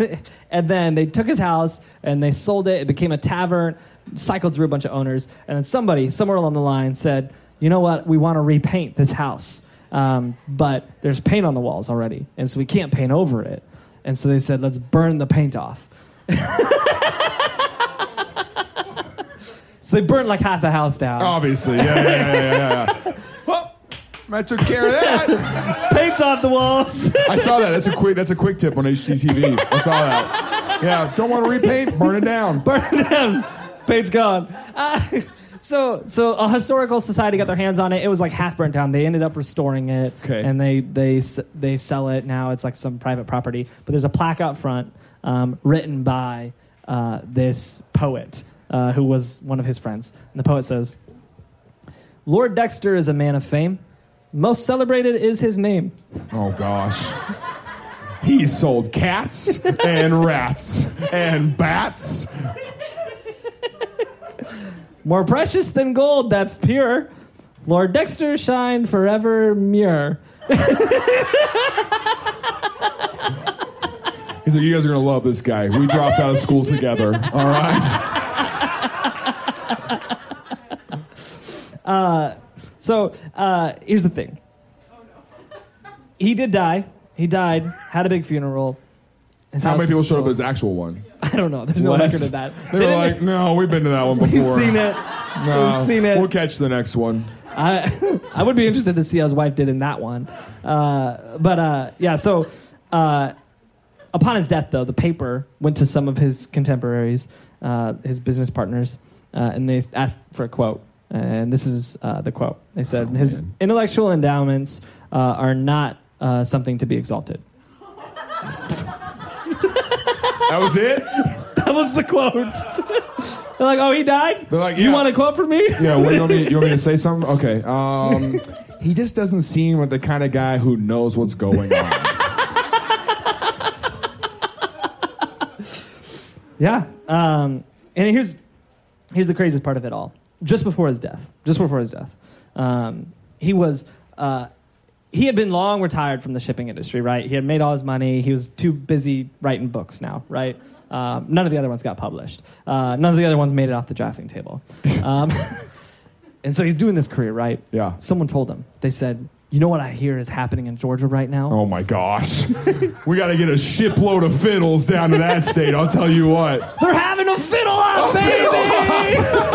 A: and then they took his house and they sold it. It became a tavern, cycled through a bunch of owners, and then somebody somewhere along the line said, "You know what? We want to repaint this house." Um, but there's paint on the walls already, and so we can't paint over it. And so they said, let's burn the paint off. so they burned like half the house down.
F: Obviously, yeah, yeah, yeah, yeah. yeah. well, I took care of that.
A: Paint's off the walls.
F: I saw that. That's a quick. That's a quick tip on HGTV. I saw that. Yeah, don't want to repaint. Burn it down.
A: burn them. Paint's gone. Uh, so, so a historical society got their hands on it. It was like half burnt down. They ended up restoring it,
F: Okay.
A: and they they s- they sell it now. It's like some private property. But there's a plaque out front um, written by uh, this poet uh, who was one of his friends. And the poet says, "Lord Dexter is a man of fame. Most celebrated is his name."
F: Oh gosh. He sold cats and rats and bats.
A: More precious than gold, that's pure. Lord Dexter shine forever mirror.
F: He's like, you guys are gonna love this guy. We dropped out of school together. All right.
A: So uh, here's the thing. He did die. He died. Had a big funeral. His
F: How
A: house-
F: many people showed up at his actual one?
A: I don't know. There's no
F: Less.
A: record of that.
F: They were
A: didn't-
F: like, no, we've been to that one
A: We've
F: before.
A: seen it.
F: No,
A: We've seen it.
F: We'll catch the next one.
A: I, I would be interested to see how his wife did in that one. Uh, but uh, yeah, so uh, upon his death, though, the paper went to some of his contemporaries, uh, his business partners, uh, and they asked for a quote. And this is uh, the quote. They said,
F: Oh,
A: His intellectual endowments uh, are not uh, something to be exalted.
F: That was it?
A: That was the quote. They're like, oh, he died?
F: They're like,
A: You
F: yeah.
A: want a quote from me?
F: Yeah, what, you, want me, you want me to say something? Okay. Um, he just doesn't seem like the kind of guy who knows what's going on.
A: Yeah. Um, and here's here's the craziest part of it all. Just before his death, just before his death, um, he was uh, he had been long retired from the shipping industry. Right. He had made all his money. He was too busy writing books now. Right. Um, none of the other ones got published. Uh, none of the other ones made it off the drafting table. Um, and so he's doing this career. Right.
F: Yeah.
A: Someone told him. They said, "You know what I hear is happening in Georgia right now."
F: Oh my gosh. We got to get a shipload of fiddles down to that state. I'll tell you what.
A: They're having a fiddle off, baby.
F: fiddle